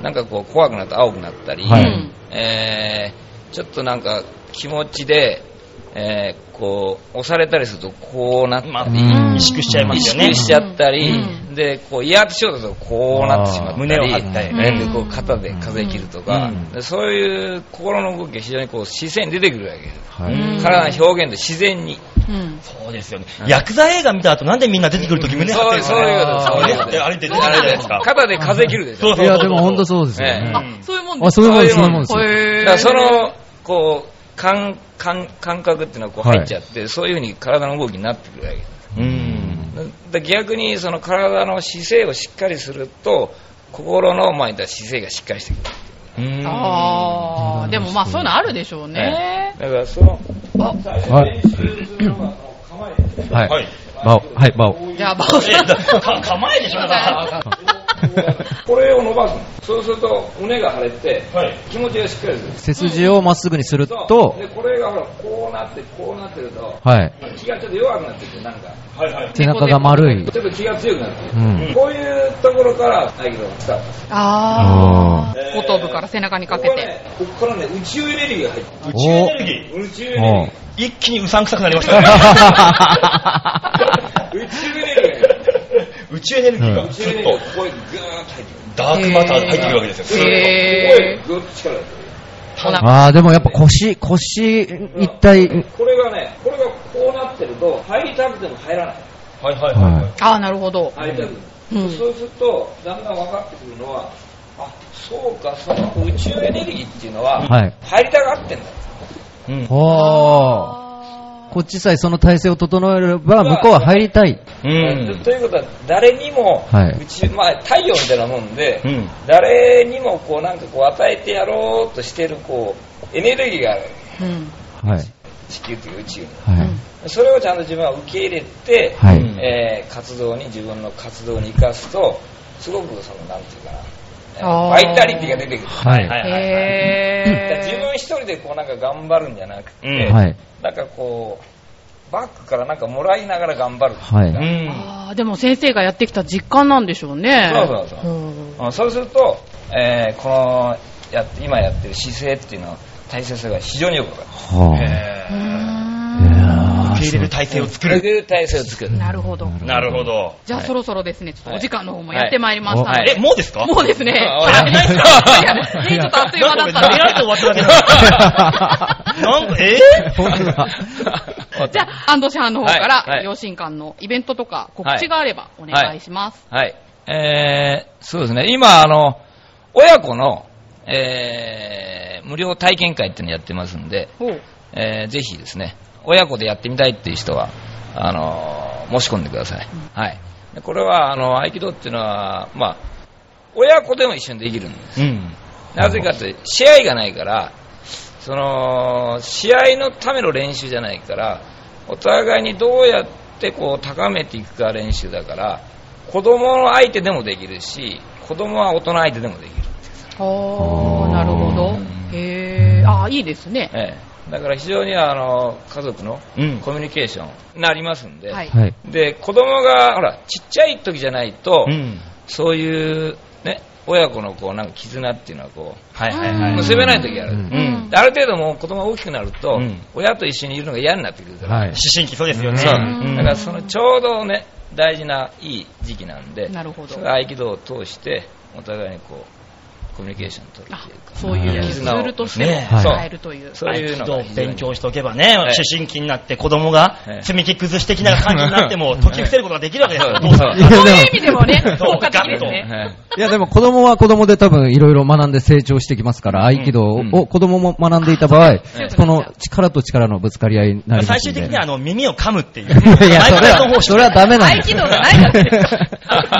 E: なんかこう怖くなって青くなったり、
D: はい
B: うん
E: えーちょっとなんか気持ちで、えーこう押されたりすると、こうなったり、
C: まあ、萎縮しちゃいま
E: 意
C: すよね
E: 識。しちゃったり、
B: うん
E: でこう威圧しようとするとこうなってしまったり
C: 胸を張ったり
B: ね
E: でこう肩で風切るとか、
D: うん
E: でそういう心の動きが非常にこう自然に出てくるわけです、
D: は
B: う
D: い。
B: ん
E: 体の表現で自然に
B: うん。
C: そうですよね
E: う。ん
C: ヤクザ映画見た後なんでみんな出てくるとき胸張ってるんですかね
E: そういうことです
C: 胸張って歩いて出てくるじゃないですか。
E: 肩で風切るでしょ
C: そう
D: いや、でも本当そうですよね。
E: え
B: あ、そういうもん
D: あ、そういうもんです、そういうもんですよ。
B: へ
E: だ
B: ー
E: からそのこう感感感覚っていうのはこう入っちゃって、そういうふうに体の動きになってくるわけです
C: うん。
E: だ逆にその体の姿勢をしっかりすると心のまあ言ったら姿勢がしっかりしてくる、
C: うん
B: ああ、でもまあそういうのあるでしょうね。
E: だからその
D: はい。は。
C: はいい。
D: バオ、はい、バオ。
B: じゃあ、バオさん。
C: か構えでしょ、だから。
E: これを伸ばすのそうすると胸が腫れて
C: はい。
E: 気持ちがしっかりする
D: 背筋をまっすぐにすると
E: そう、でこれがほらこうなってこうなってると
D: はい。
E: 気がちょっと弱くなってくるなんか
C: はいはい。
D: 背中が丸い。
E: ちょっと気が強くなってく
D: う
E: る、
D: ん。
E: こういうところから合気道がスタートする
B: ああ
E: えー。
B: 後頭部から背中にかけ
E: ここ,、
B: て。
E: ね、ここからね宇宙エネルギーが入って
C: 宇宙エネルギー。
E: くる宇宙エネルギ
D: お
E: ー
D: う
C: 一気にうさんくさくなりましたね。
E: 宇宙エネルギーが
C: 宇宙エネルギーが
E: 宇
C: ず
E: 宙エネ
C: っ
E: ルギー
C: と
E: がここへグーッと入ってくる
C: ダークマターで入ってくるわけですよ。ずっ
B: へ
C: と
E: ここへグッと力が入ってくる
B: お腹
D: ああ、でもやっぱ腰、腰、一体、
E: これがねこれがこうなってると入りたくても入らない
C: はいはいはいは。
D: はい
B: ああ、なるほど。
E: 入りたくても、
B: うん
E: そうするとだんだん分かってくるのはあそうかその宇宙エネルギーっていうのは、
D: い。はい。
E: 入りたがってんだ
C: うん。
D: お
B: あ
D: ー。こっちさえその体勢を整えれば、向こうは入りたい。
C: うん。
E: ということは誰にも、
D: はいう
E: ちまあ、太陽みたいなもんで、
C: うん
E: 誰にもこうなんかこう与えてやろうとしてるこうエネルギーがある
B: ーうん。
D: はい。
E: 地球という宇宙に
D: はい。
E: それをちゃんと自分は受け入れて、
D: はい。
C: うん
E: えー活動に自分の活動に生かすとすごくそのなんていうかなえー
B: あー
E: バイタリティが出てくる
D: はい。
C: はいはいはい。
E: だから自
B: へ
E: 分一人でこうなんか頑張るんじゃなくて、
C: うん
D: はい。
E: なんかこうバックからなんかもらいながら頑張るっていうか、
D: は
B: ー
D: い。
C: うん
B: あーでも先生がやってきた実感なんでしょうね。
E: そうそうそううんそうすると、えーこのやっ今やってる姿勢っていうのは大切さが非常によく分かる
D: は
B: うー
D: あ。い
B: ん
D: やー
C: 受け入れる体制を作る。
E: で体勢を作る
B: なるほど。
C: なるほど。
B: じゃあそろそろですね、ちょっとお時間の方もやってまいりましたの
E: は
B: で
E: い
C: え、もうですか
B: もうですね。
E: あ
B: 早いな。
D: 早
B: ね
D: い
B: ちょっとあっ という間だ
C: な
B: っ
C: ん
B: た
C: か
B: の
C: 俺、
B: で
C: 狙って終わっただけだな。なんか、えー
D: 本当だ。
B: じゃあ、安藤師範の方か
E: はい
B: ら、
E: はい
B: 養親館のイベントとか告知があればお願いします。
E: はい。えー、そうですね。今、あの、親子の、えー、無料体験会っていうのやってますんで、
B: ほう
E: えー、ぜひですね、親子でやってみたいっていう人は、あのー申し込んでください。はい。でこれは、あの、合気道っていうのは、まあ、親子でも一緒にできるんです。
C: うん。
E: なぜかというと、試合がないから、その、試合のための練習じゃないから、お互いにどうやってこう高めていくか練習だから、子供の相手でもできるし、子供は大人相手でもできる。
B: あー、なるほど。へー、あー、いいですね。
E: ええ、だから非常にあの、家族の
C: うん
E: コミュニケーションになりますんで、
B: はい。
D: はい。
E: で、子供が、ほら、ちっちゃい時じゃないと、
C: うん。
E: そういう、ね、親子のこう、なんか絆っていうのはこう、
C: はいはいはい。
E: 結べない時がある。
D: うん
C: うん。
E: である程度もう子供が大きくなると、
C: うん
E: 親と一緒にいるのが嫌になってくるから、
D: はい
C: 思。春期そうですよね。
E: そう
C: うん
E: だからそのちょうどね、大事ないい時期なんで、
B: なるほど
E: それは合気道を通して、お互いにこう、コミュニケーションを取る
B: あ
E: というか、
B: そういうツールとして
C: ね
B: も
D: はい
B: 使えるという。
E: そういうの
C: 合
E: が
C: 気道を
E: 非常に
C: 勉強しておけばね、
E: はい
C: 思春期になって子供が
E: はい
C: 積み木崩してきな感じになっても、解き伏せることができるわけですよ、
E: そう
C: お父さん
D: いや
B: そう
D: でも
B: いう意味でもね、
C: そう
B: 効果的ですね。
E: はい
D: いやでも子供は子供で多分いろいろ学んで成長してきますから、合気道
E: うん
D: を子供も学んでいた場合、
B: ん
D: この力と力のぶつかり合いになりま
C: 最
D: す
C: 終
D: んで。
C: 的にはあの耳を噛むっていう。
D: いや、そ
C: マ
D: れ
C: イクロ
D: は、
C: 方式
D: それはダメなん
B: 合
D: です
B: 気
D: よ
B: 道じゃない から。
E: はい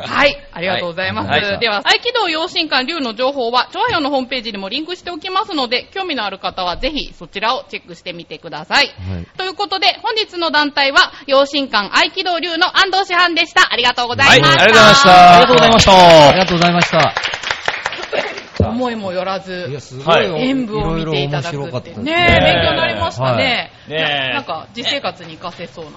B: はい、ありがとうございます。
E: はい
B: では、合気道養心館龍の情報は、調和用のホームページにもリンクしておきますので、興味のある方はぜひそちらをチェックしてみてください。
D: はい
B: ということで、本日の団体は、養心館合気道龍の安藤師範でした。ありがとうございました。
E: はいありがとうございました
D: ありがとうございました。
E: さあ
B: 思いもよらず。
D: いや、すご
C: はいい
D: お、
B: 演舞を見ていただく
D: いろいろ面白か
B: っ。
D: ってた
B: ね
D: です
B: え、勉
D: ね
B: 強になりましたね。
C: ねえ
B: ななんか、実生活に活かせそうな。
C: い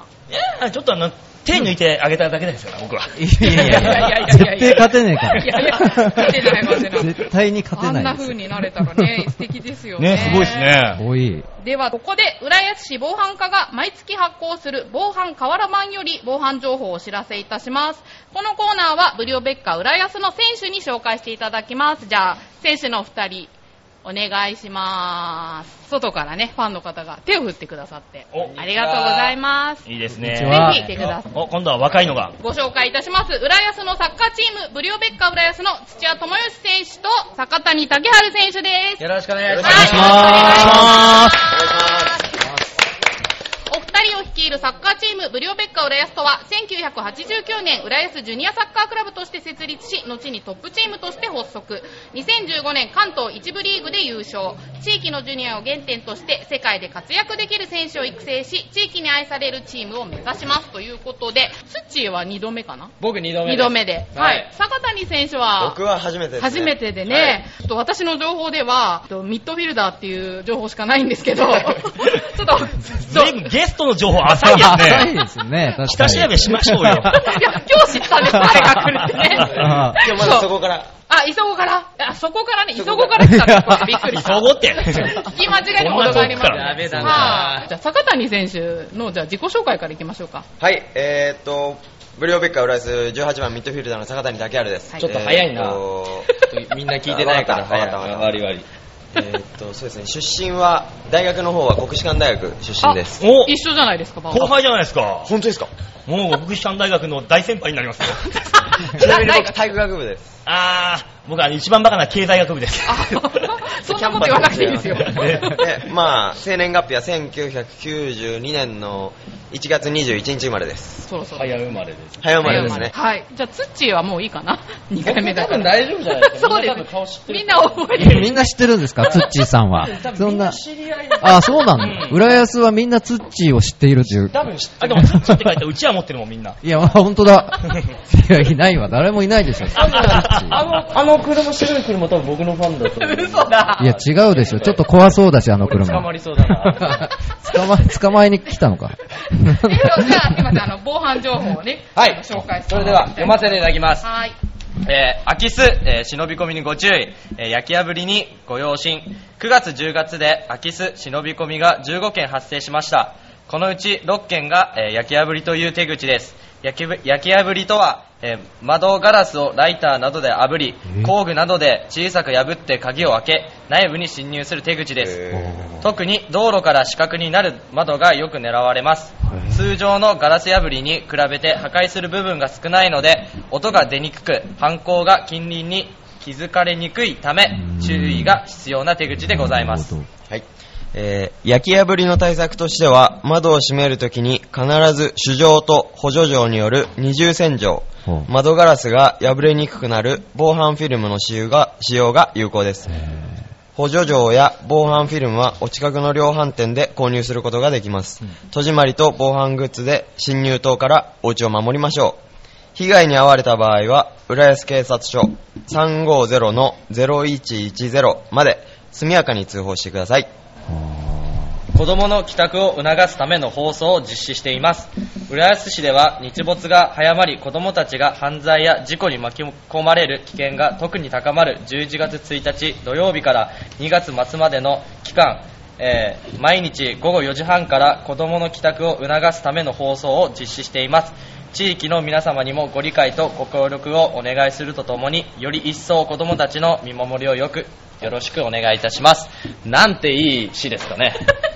C: やちょっとあの、手抜いてあげただけですから、僕は。
D: いやいや
B: い
D: いや
B: やいやいやいや
D: 絶対勝てねえか ら。
B: いやいや勝てない勝てない
D: 絶対に勝
B: あ
D: て
B: ん
D: な
B: ない
D: です
B: 風に
D: よ。
B: なれたらね、素敵ですよね。
C: ね、すごいです。ね。
D: 多い。
B: では、ここで、浦安市防犯課が毎月発行する防犯河原版より防犯情報をお知らせいたします。このコーナーは、ブリオベッカ浦安の選手に紹介していただきます。じゃあ、選手のお二人、お願いします。外からね、ファンの方が手を振ってくださって
C: お、
B: ありがとうございます。
C: いいです
D: こんに
C: ね
D: ち
B: ぜ
D: は。
B: ひ来てください。
C: お、今度は若いのが。
B: ご紹介いたします。浦安のサッカーチーム、ブリオベッカ浦安の土屋智義選手と坂谷竹春選手です。
A: よろしくお願いしま
B: は
A: す。
B: いお二人を率いるサッカーチーム、ブリオベッカ浦安とは、1989年、浦安ジュニアサッカークラブとして設立し、後にトップチームとして発足。2015年、関東一部リーグで優勝。地域のジュニアを原点として、世界で活躍できる選手を育成し、地域に愛されるチームを目指します。ということで、土屋は2度目かな
A: 僕2度目で
B: 2
A: す。
B: 度目で。
A: は
B: はいい。坂谷選手は、
F: 僕は初めてです、ね。
B: 初めてでね、ちょっと私の情報では、えっとミッドフィルダーっていう情報しかないんですけど、 ちょっと、そう
C: 随分ゲストの情報浅い です
D: 浅い
C: ね。
D: ですね。確かに
C: 下調べしましょうよ。
B: いや、今日知ったんです、 誰が来るってね。
D: あ
F: いや、まだそこから。
B: あ、磯子から、あ、そこからね、磯子から来たんですこれびっくりした。
C: 急ごって。
B: 聞き間違いにも程があります
C: こんな
A: ダ
B: ね。
A: メだ
B: は。
A: ない
B: じゃあ、坂谷選手の、じゃあ、自己紹介からいきましょうか。
F: はい、えーっと、ブリオベッカー浦安18番ミッドフィルダーの坂谷竹春です。
B: はい
A: ちょっと早いな
F: えーっと
A: みんな聞いてないから、
F: わかったわかったわかった
A: りわり。
F: えーっと、そうですね、出身は、大学の方は国士舘大学出身です。
C: お
B: 一緒じゃないですか、バオ
C: 後 輩じゃないですか。
F: 本当ですか
C: もう、国士舘大学の大先輩になりますよ。
F: ちなみに
B: 大
F: 僕、
B: 学
F: 体育学 部です。
C: あー、僕は一番バカな経済学部 です。
B: あ、そんなこと言わなくていいですよ。
F: で、まあ、生年月日は1992年の1月21日生まれです。
B: そろそろ。
A: 早生まれです。
F: 早生まれですね。
B: はい。じゃあ、ツッチーはもういいかな ?2
A: 僕
B: 回目だ
A: 多
B: か
A: 分
B: ら。
A: 大丈夫じゃないですか。
B: そう
A: みん
B: で
A: な多分顔知っ
B: す。
A: てる
B: みんな覚えて
D: ー
B: る。
D: みんな知ってるんですかツッチーさんは。そんな。
A: 知り合い
D: あ、そうなの浦安はみんなツッチーを知っているという。
A: 多分知っ
C: あ、でも、ツッチって書いて、うちは持ってるもん、みんな。
D: いや、まあ本 当だ。いや、いないわ。誰もいないでしょ。ツッチ
A: あ
D: ー
A: の、あの車白い車多分僕のファンだと思う。
B: 嘘だ。
D: いや、違うでしょ。ちょっと怖そうだし、あの
A: 俺
D: 車。
A: 捕まりそうだな。
D: 捕ま、捕まえに来たのか。
B: えっとじゃあ、すいません、あの、防犯情報をね、
A: はい
B: 紹介して
A: それでは、読ませていただきます。
B: はい。
E: えー、空き巣、えー忍び込みにご注意、えー焼き破りにご用心9月10月で空き巣忍び込みが15件発生しましたこのうち6件が、えー焼き破りという手口です焼きぶ焼き破りとは、えー窓ガラスをライターなどで炙り工具などで小さく破って鍵を開け内部に侵入する手口です、特に道路から死角になる窓がよく狙われます通常のガラス破りに比べて破壊する部分が少ないので音が出にくく犯行が近隣に気づかれにくいため注意が必要な手口でございます
F: はい。えー焼き破りの対策としては、窓を閉めるときに必ず主錠と補助錠による二重洗浄、
D: ほう
F: 窓ガラスが破れにくくなる防犯フィルムの使用が使用が有効です。補助錠や防犯フィルムはお近くの量販店で購入することができます。戸締まりと防犯グッズで侵入等からお家を守りましょう。被害に遭われた場合は、浦安警察署350-0110まで速やかに通報してください。
E: 子供の帰宅を促すための放送を実施しています浦安市では日没が早まり子供たちが犯罪や事故に巻き込まれる危険が特に高まる11月1日土曜日から2月末までの期間、えー毎日午後4時半から子供の帰宅を促すための放送を実施しています地域の皆様にもご理解とご協力をお願いするとともにより一層子供たちの見守りをよくよろしくお願いいたしますなんていい市ですかね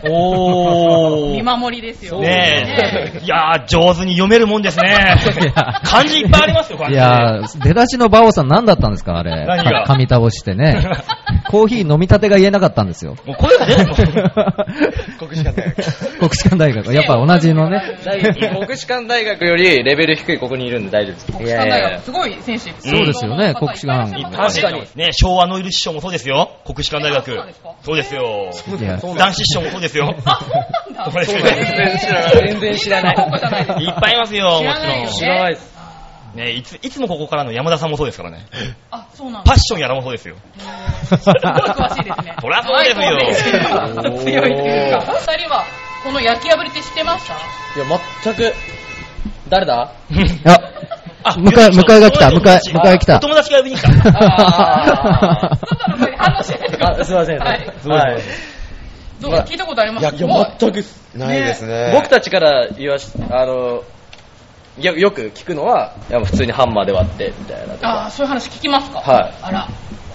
C: お
B: 見守りですよ。
C: ねえ。いやー、上手に読めるもんですね
D: いや。
C: 漢字いっぱいありますよ、漢
D: い
C: 字。
D: やー、出だしの馬王さん何だったんですかあれ。
C: 何が
D: か噛み倒してね。 コーヒー飲みたてが言えなかったんですよ。
C: もう声が出ないもん。
D: 国士舘大学。国士舘大学。やっぱ同じのね。
E: 国士舘大学よりレベル低いここにいるんで大丈夫です
B: 国士舘大学、すごい選手。
D: そうですよね
B: うん
D: 国士舘
B: いっぱいいらっし
E: 確
B: ゃいます
E: かに
C: ね昭和ノイル師匠もそうですよ。国士舘大学
B: えそうなんですか。
C: そうですよ。
D: いや
C: 男子師匠もそうですよ。
B: そうなんだ。
C: そうです
A: 全然知らない
B: みんなの高校じゃないですか
C: いっぱいいますよ、
B: 知
C: も
B: ら
C: ち
B: ない
C: ろ
B: よ
C: ん
B: ね。
A: 知らないです。
C: ね、いついつもここからの山田さんもそうですからね。
B: あ、そうなん
C: パ
B: だ。
C: ッションやらもそうですよ。
B: すごい詳しいですね。
C: そりゃそうです
B: は
C: よ
B: いそうです強いというか。二人は、この焼き破りって知ってました
E: いや、全く、誰だ
D: あ、向かい、向かいが来た、向かい、向かい来
C: お
D: た。
C: 友達が呼びに来た。
B: 外の声
E: あー
B: で反応しないでください。
E: あ、すいません。
B: は
E: はいい。
B: どう聞いたことあります
F: いや
B: もう
E: 全く、
F: ないですね。
E: 僕たちから言わし、あの、よよく聞くのは、いや普通にハンマーで割って、みたいなと
B: あ
E: か。
B: ーそういう話聞きますか
E: はい
B: あら、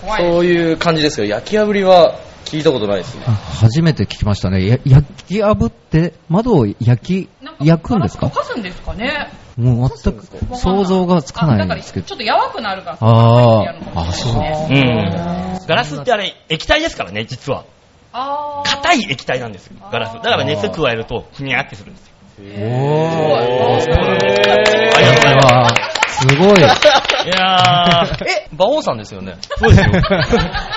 B: 怖いです。
E: そういう感じですけど、焼き破りは聞いたことないです ね。
D: あ初めて聞きましたね。や焼き炙って、窓を焼き
B: なん、
D: 焼くんですか
B: 溶かすんですかね
D: もう全く
B: わかんない
D: 想像がつかないんですけ
B: だからちょっ
D: ど。
B: とやわくなるから、
D: あ
B: やるのか
D: あ、あ
B: もし
D: そ
B: れな
D: う
B: いですね。
C: うん。ガラスってあれ、液体ですからね、実は。
B: あー
C: 硬い液体なんですよ、ガラス。だから熱加えると、ふにゃってするんですよ。
D: おー。
B: すごい
C: ありがとうございます。
D: すご
C: い
D: い。
C: やー、
E: え、馬王さんですよね。
C: そうです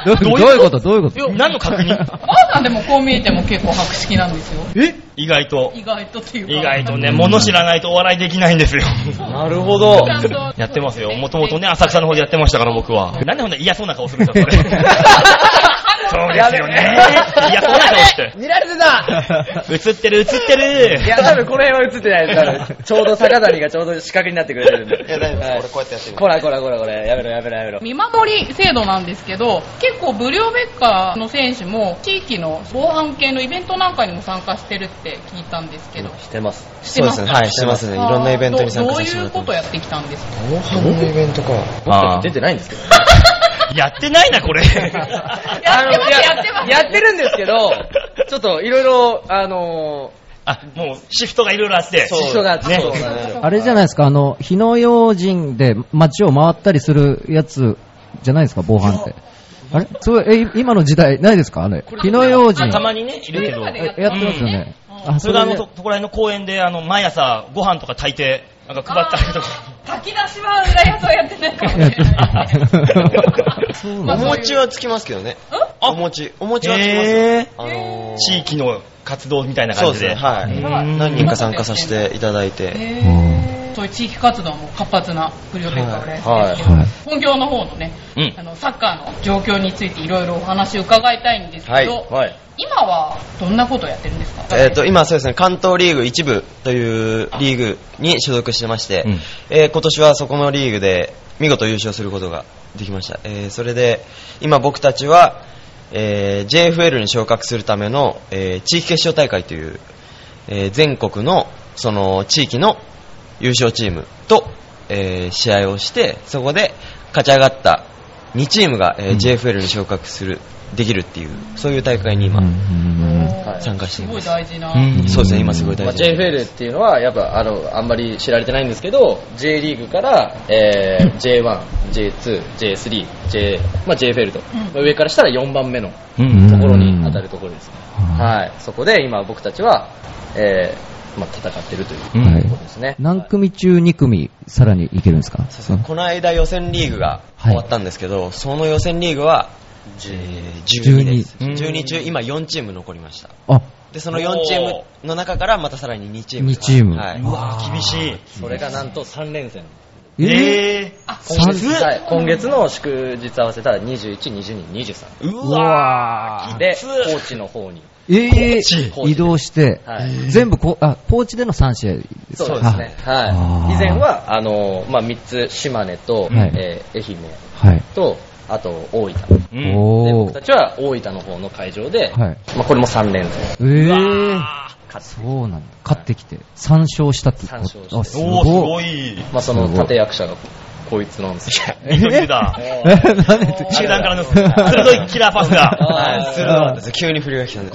D: どうどういうことどういうこと
C: よ。何の確認
B: ばあさんでもこう見えても結構博識なんですよ。
C: 意外と、
B: 意外とっていうか。
C: 意外とね、物知らないとお笑いできないんですよ。
E: なるほど。
C: やってますよ。もともとね、浅草の方でやってましたから、僕は。なんでほんな嫌そうな顔するんだ、それ。そうですよね。嫌そうな顔して。
E: 見られてた
C: 映ってる、映ってる。
E: いや、多分この辺は映ってないです多 分。ちょうど坂谷がちょうど視角になってくれてるんで。
F: いや、大丈夫です。
E: は
F: 俺こうやってやってみる。
E: こらこらこらこら、やめろやめろやめろ。
B: 見守り制度なんですけど、結構ブリオベッカの選手も地域の防犯系のイベントなんかにも参加してるって聞いたんですけど、
E: してます。
B: して
F: そうで
B: ますす
F: ね。はい、してますね。いろんなイベントに参加させても
B: ど
F: ら
B: う
F: っ
B: いうことやって
F: てま
B: きたんですか
F: す。防犯のイベントか。
G: あ
E: 出てないんですけど。
C: やってないな、これ。
B: やってます
E: あのい
B: やってます
E: やってるんですけど、ちょっといろいろ、あの
C: あ、もう、シフトがいろいろあって。
E: ー、支障があって、
C: ね
E: そうなんですよ
D: あれじゃないですか、あの、火の用心で街を回ったりするやつじゃないですか、防犯って。あれそう、え、い今の時代ないですかあれ。火の用心。
C: たまにね、いるけど。
D: えやってますよね。あ、
C: それがあの、
D: で
C: ととこら辺の公園で、あの、毎朝、ご飯とか炊いて、なんか配ったりとか。
B: あー炊き出しは裏やつはやってないかもしれない。
D: そう
B: ま
D: な
F: お
B: あ
D: んだ。
F: 餅はつきますけどね。
C: あ
F: お餅。お餅はつきますよ。
C: へ
F: あのー、
C: 地域の活動みたいな
F: そう
C: 感
F: で
C: じ
F: すね。
C: で。
F: は
C: う
F: い。
C: ん
F: 何人か参加させていただいて。
B: へーそういう地域活動も活発なブリオベッカですけど、
E: はい
D: はい
B: 本業の方のね、
C: うん
B: あのサッカーの状況についていろいろお話を伺いたいんですけど、
F: はい
E: はい。
B: 今はどんなことをやってるんですか
F: えっと今、そうですね関東リーグ1部というリーグに所属してまして、
C: うん
F: えー今年はそこのリーグで見事優勝することができました、えーそれで今、僕たちは、えー JFL に昇格するための、えー地域決勝大会という、えー全国のその地域の優勝チームと、えー試合をしてそこで勝ち上がった2チームが、えー JFL に昇格するできるっていうそういう大会に
D: う
F: 今、
D: んうんうん
B: はい
F: 参加しています
B: すごい大事な、
C: うん
F: そうですね今すごい大事
E: まあ、
F: な
E: JFL っていうのは、やっぱあの、あんまり知られてないんですけど、J リーグから、えー、J1、J2、J3、J、まあ、JFL と、
B: う
E: 上からしたら4番目の
D: うん
E: ところに当たるところですね。
D: うん
E: はい。そこで今僕たちは、えー、まあ、戦ってるというとこ
D: は
E: ろ
D: い
E: ですね。
D: 何組中2組、さらにいけるんですか
F: そうそうこの間予選リーグが終わったんですけど、その予選リーグは、えー12です
C: 12
F: 12中今4チーム残りました
D: あ、
F: でその4チームの中からまたさらに2チーム
D: 2チーム。
F: はいう
C: わ厳しい。
E: それがなんと3連戦。
D: え
C: え
E: 今月
C: さす
E: はい今月の祝日合わせたら21、22、23。
C: ー、うわー
E: で、
C: きつ
E: 高知の方に。
D: ーえ
E: 高
D: ー
E: 知
D: 移動して
E: はい、
D: 全部こう、あ、高知での3試合ですか
E: そうですね。
D: あ
E: は
D: ー
E: い。以前は、あのー、まあ、3つ、島根と、
D: はい
E: えー愛媛
D: はい。
E: と、あと、大分。
C: うん
E: で、
D: お
E: 僕
D: ー
E: た。ちは大分の方の会場で、
D: はい。
E: まあ、これも3連戦。
D: えー。
E: 勝つ。
D: そうなんだ。勝ってきて、3勝したって
E: 三勝して
D: あ、す
C: おー、す
D: ご
C: ご
D: い。
C: い。
E: まあ、その立役者がこいつなんですよ。
C: 緑だ。
D: え、何言って
C: 集団からの鋭いキラーパスが。
F: はい鋭かったです急に振りが来たんで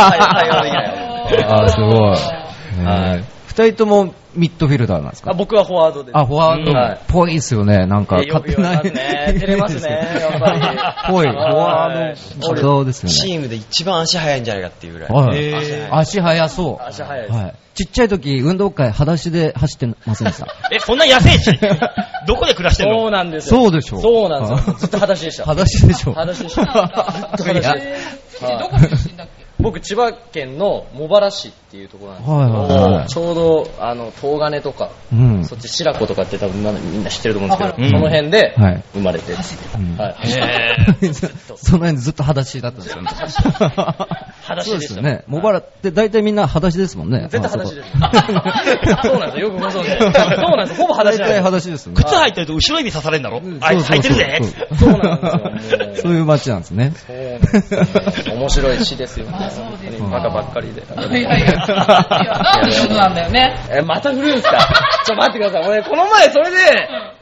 D: あー、すごい。
E: は
D: はい。二人ともミッドフィルダーなんです
E: あ
D: か
E: 僕はフォワードです。
D: あ、フォワード
E: うん
D: っぽいですよね。なんか、
E: いやよく言われますね照れますねやっぱり
D: ぽい。フォ
E: は
D: ワ
E: い
D: ード、起動ですよ
F: チ
D: ね。
F: ームで一番足早いんじゃないかっていうぐらい、
D: はい
C: へー
F: 足速
D: 足
F: い
D: 速そう。
E: 足速いです
D: はい。ちっちゃい時、運動会、裸足で走ってませんで した。
C: え、そんな野生児どこで暮らしてん
E: そう
C: の
E: なんですよ。
D: そうでしょう
E: そうなんです
D: あ
E: よ。ずっと裸足でした。
D: 裸足でしょ。
E: 裸足でした。
B: そうなんだ
E: ずっと裸足
B: えー、どこ出身だっけ
E: 僕、千葉県の茂原市っていうところなんですけ
D: は
E: ど、
D: いはいはい
E: ちょうど、あの、東金とか、
D: うん。
E: そっち白子とかって多分まだみんな知ってると思うんですけど、
C: うん
E: その辺で
D: はい
E: 生まれて、
D: うん
E: はい
D: その辺ずっと裸足だったんですよね。
E: 裸
D: そ
E: 足
D: う
E: で
D: で
E: し
D: す
E: た
D: よね。茂原って大体みんな裸足ですもんね。
E: 絶対裸足です。 そう
D: あそこ
E: なんですよ。よくご存知で。そうなんですよ。ほぼ裸
D: 大体
E: 足なんですよ。
D: 裸足ですよね
C: 靴。履いてると後ろ指刺されんだろ
D: うん
C: あいつ
D: そ
C: 履
D: う
C: いて
D: そう
C: る
D: そ
C: ぜ
D: う
E: そうなんですよもう
D: そういう街なんですね。
E: そうなんですよね面白い詩ですよね。バカばっかりで。
B: いやいや、なんで上手なんだよね。
E: え、また振るんすかちょ、待ってください。俺、この前それで、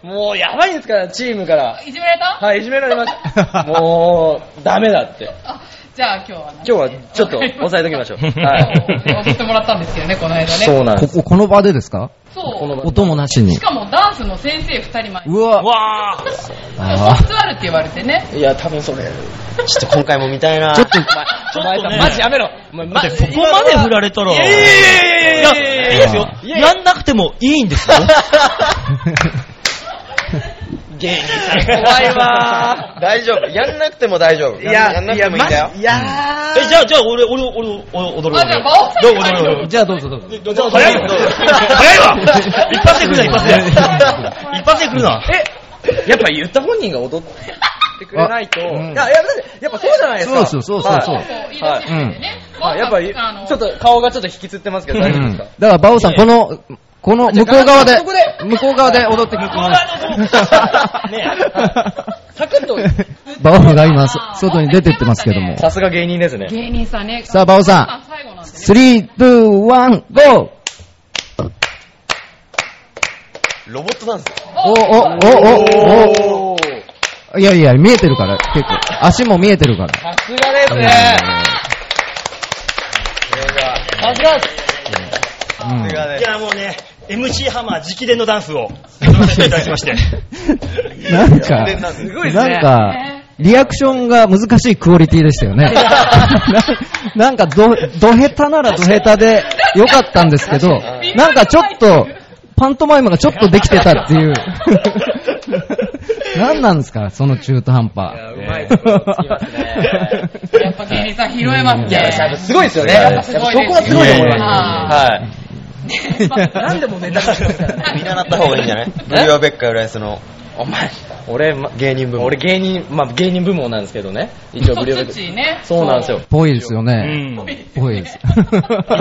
E: もうやばいんですから、チームから。
B: いじめられた
E: はい、いじめられました。もう、ダメだって。
B: あじゃあ今日は今
E: 今日はちょっと押さえときましょう。は
B: 教え
E: い。
B: てもらったんですけどね、この間ね。
E: そうなんで
D: こ
E: す。
D: こ、この場でですか
B: そう
E: この場
D: 音もなしに
B: し。かもダンスの先生二人前。
D: うわ
C: わー
D: あ
B: 4つあるって言われてね。
E: いや、多分それ。
F: ちょっと今回も見たいな。
D: ちょっと、
C: ちょっとね
E: マジやめろ。お前
C: だ
E: マ
C: って
E: ジ
C: そこまで振られたら。いやいやいやいやいいですよ。やんなくてもいいんですよ。
E: 芸人さん
F: 怖いわ ー。大丈夫。やんなくても大丈夫。いや、やんなくてもいいんだよ。
C: え、じゃあ、じゃあ、俺、俺、俺、俺、踊るわ。
B: あじゃあ馬王さん
C: どう踊る
D: じゃあどうぞどうぞ。
C: どうぞ早いよ早いわ一発で来るな、一発で。一発で来るな。
E: やっぱ言った本人が踊ってくれないと。い
D: あ
E: や、
D: うん
E: いやだってやっぱそうじゃないですか。
D: そうそうそうそうそう
E: はい
B: そう、いいらしいですよね。
E: あやっぱり、
B: あの
E: ちょっと顔がちょっと引きつってますけど、大丈夫ですか、
D: だから、馬王さん、この、この向こう側で
E: あそこで、
D: 向こう側で踊ってくる。
E: サクッと。
D: 馬王が今、そ外に出てってますけども。
E: さすが芸人ですね。
B: 芸人さんね。
D: さあ馬王さん
B: 最後なんでね。
D: 3、2、1、GO!
F: ロボットダンス。
D: お、お、お、お、お。いやいや、見えてるから、結構。足も見えてるから。
E: さすがですね。さすがです。
D: うん
F: いや
C: いや、もうね、MC ハマー直伝のダンスを、
D: うん
C: させていただきま して。
D: なんか、
E: すごいですね
D: なんか、リアクションが難しいクオリティでしたよね。 ななんかど、ど下手ならど下手でよかったんですけど、なんかちょっと、パントマイムがちょっとできてたっていう。何なんですか、その中途半端。
E: うまいこと言いますね
B: やっぱ芸人さん拾えます
E: いや、やっぱ
B: ね。
E: すごいですよね。やっぱそこはすごいと思います。はい。
B: 何でもネタ
F: 見習った方がいいんじゃないブリオベッカ浦安の。
E: お前、俺、ま
F: 芸人部門
E: 俺芸人、まあ芸人部門なんですけどね。一応ブリオベッ
B: 土 ね
E: そうなんですよ。
D: ぽいですよ
C: う
D: ね。
C: ん。
D: ぽいです。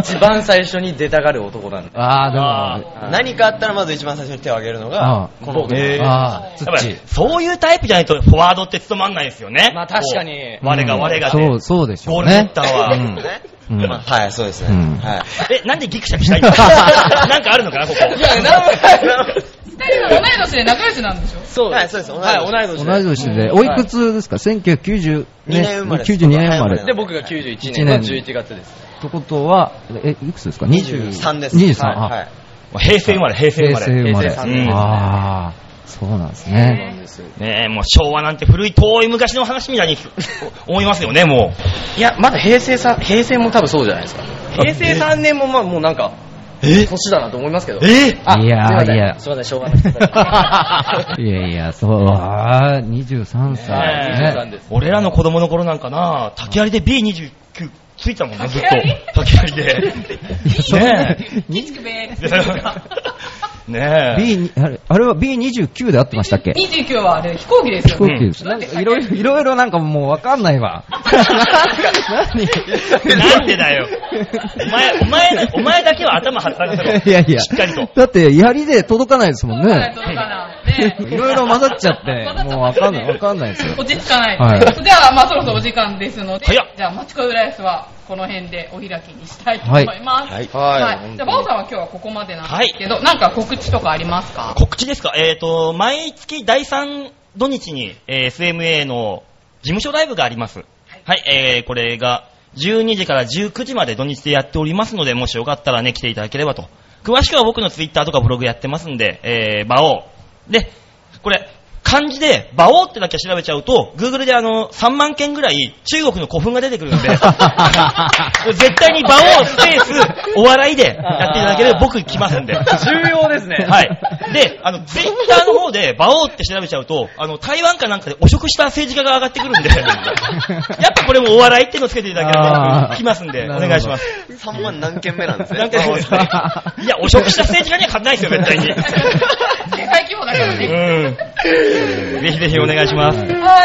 E: 一番最初に出たがる男なんで。
D: あー、でも、
E: はい
F: 何かあったらまず一番最初に手を挙げるの
D: あ
F: が
D: あ、
F: この、
C: えー
D: あー、
C: やっぱ
D: 土
C: り。、そういうタイプじゃないと、フォワードって務まんないんですよね。
E: まあ確かに
C: こう我が我がで。
D: そう、そうでしょ
C: ゴ
D: う
C: ールセ
D: ね
C: ン。ターは。
D: うんうん
F: まあはい、そうですね。
D: うん
F: はい。
C: え、なんでギクシャクしたいのなんかあるのかな、ここ。
E: いや、なんもない。
B: 二人は同い年で仲良しなんでしょ
E: そう
F: はいそうです同い年
E: はい、同い年。
D: 同じ年で、おいくつですか ?1992
F: 二年生まれです
D: 92年生まれ。
E: で、僕が91年の
D: 一年
E: 11月です。
D: ってことは、え、いくつですか
F: 23です。
D: 23、
F: はい
D: あ
F: はい。
C: 平成生まれ、平成生
D: 平
C: まれ。
D: 成生まれ。
F: 平成
C: 三年ですね
D: ああ、そうなんですね。
C: ねえ、もう昭和なんて古い遠い昔の話みたいに思いますよね、も
E: いや、まだ平成さん、平成も多分そうじゃないですか。平成3年もまあもうなんか、
C: う。え
E: 年だなと思いますけど。
C: え
E: あ
D: いやー
E: すいません
D: いや
E: すいません、昭和の人 たち
D: いやいや、そう、ああ、23歳、
E: 23
D: ね。
E: です。
C: 俺らの子供の頃なんかな、竹槍で B29 ついてたもんな、ずっと
B: 竹槍。
C: 竹槍で。ね
B: キチクベー
C: え。ねえ。
D: B に、あれ、あれは B29 で合ってましたっけ
B: ?29 はあれ、飛行機ですよ
D: 飛行
B: ね。
D: 機です。なんかいろいろ、いろいろなんかもうわかんないわ。何
C: なんでだよ。お前、お前だ、お前だけは頭働かせ ろ。
D: いやいや。
C: しっかりと。
D: だって、槍で届かないですもんね。
B: 届かない届かない
D: いろいろ混ざっちゃって
B: 混ざ、ちゃ
D: もうわかんない、わかんないですよ。
B: 落ち着かない。
D: はい
B: では、まあ、そろそろお時間ですので、
C: 早っ
B: じゃあ、マチコイ浦安はこの辺でお開きにしたいと思います。
F: はい
E: はい本当に
B: じゃあ、バオさんは今日はここまでなんですけど、なんか告知とかありますか
C: 告知ですかえっ、と、毎月第3土日に、えー SMA の事務所ライブがあります。はい、えー、これが12時から19時まで土日でやっておりますので、もしよかったらね、来ていただければと。詳しくは僕の Twitter とかブログやってますんで、えー、場を。で、これ、漢字で、馬王ってだけ調べちゃうと、Google であの、3万件ぐらい中国の古墳が出てくるん で、絶対に馬王スペース、お笑いでやっていただければ僕来ますんで。
E: 重要ですね。
C: はい。で、あの、ツイッターの方で、馬王って調べちゃうと、あの、台湾かなんかで汚職した政治家が上がってく るんで、やっぱこれもお笑いっていうのつけていただければ
D: あー
C: 来ますんで、お願いします。
H: 3万何件目なんですね。
C: なんかそうですね。いや、汚職した政治家には勝てないですよ、絶対に。
B: 世界規模だからね。
C: うん。ぜひぜひお願いします。
B: はい。じゃあ、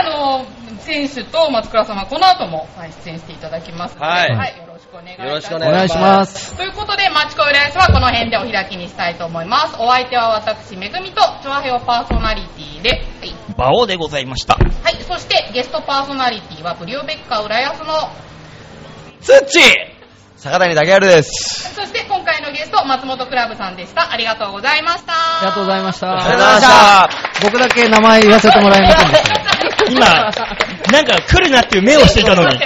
B: あの、選手と松倉様、この後も、はい、出演していただきますので、
I: はい
B: よろしくお願いいたします。
E: よろしくお
D: お願
E: 願
D: い
E: い
D: し
E: し
D: ま。
E: ます
B: ということで、マチコ浦安はこの辺でお開きにしたいと思います。お相手は私、めぐみと、チョアヘオパーソナリティで、はい。
C: 馬王でございました。
B: はい、そしてゲストパーソナリティはブリオベッカ浦安の、
H: 坂谷竹春です。
B: そして今回のゲスト、松本クラブさんでした。ありがとうございました。
D: ありがとうございました。
H: ありがとうございました。
D: 僕だけ名前言わせてもらいませんでした。
C: 今、なんか来るなっていう目をしていたのに。
D: は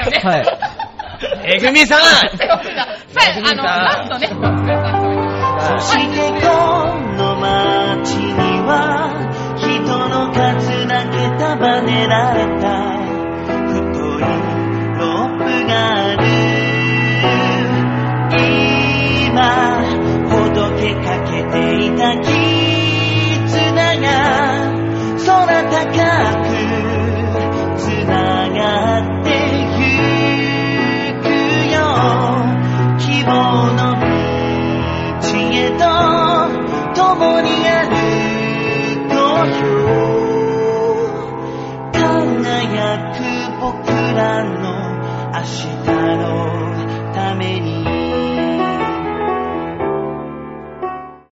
D: い。
H: えぐみさん
B: さあ、あの、なんとね、松倉さんと
A: そしてこの街には人の数だけ束ねられた太いロープがある今ほどけかけていた絆が空高くつながってゆくよ希望の知恵と共に歩こうよ輝く僕らの明日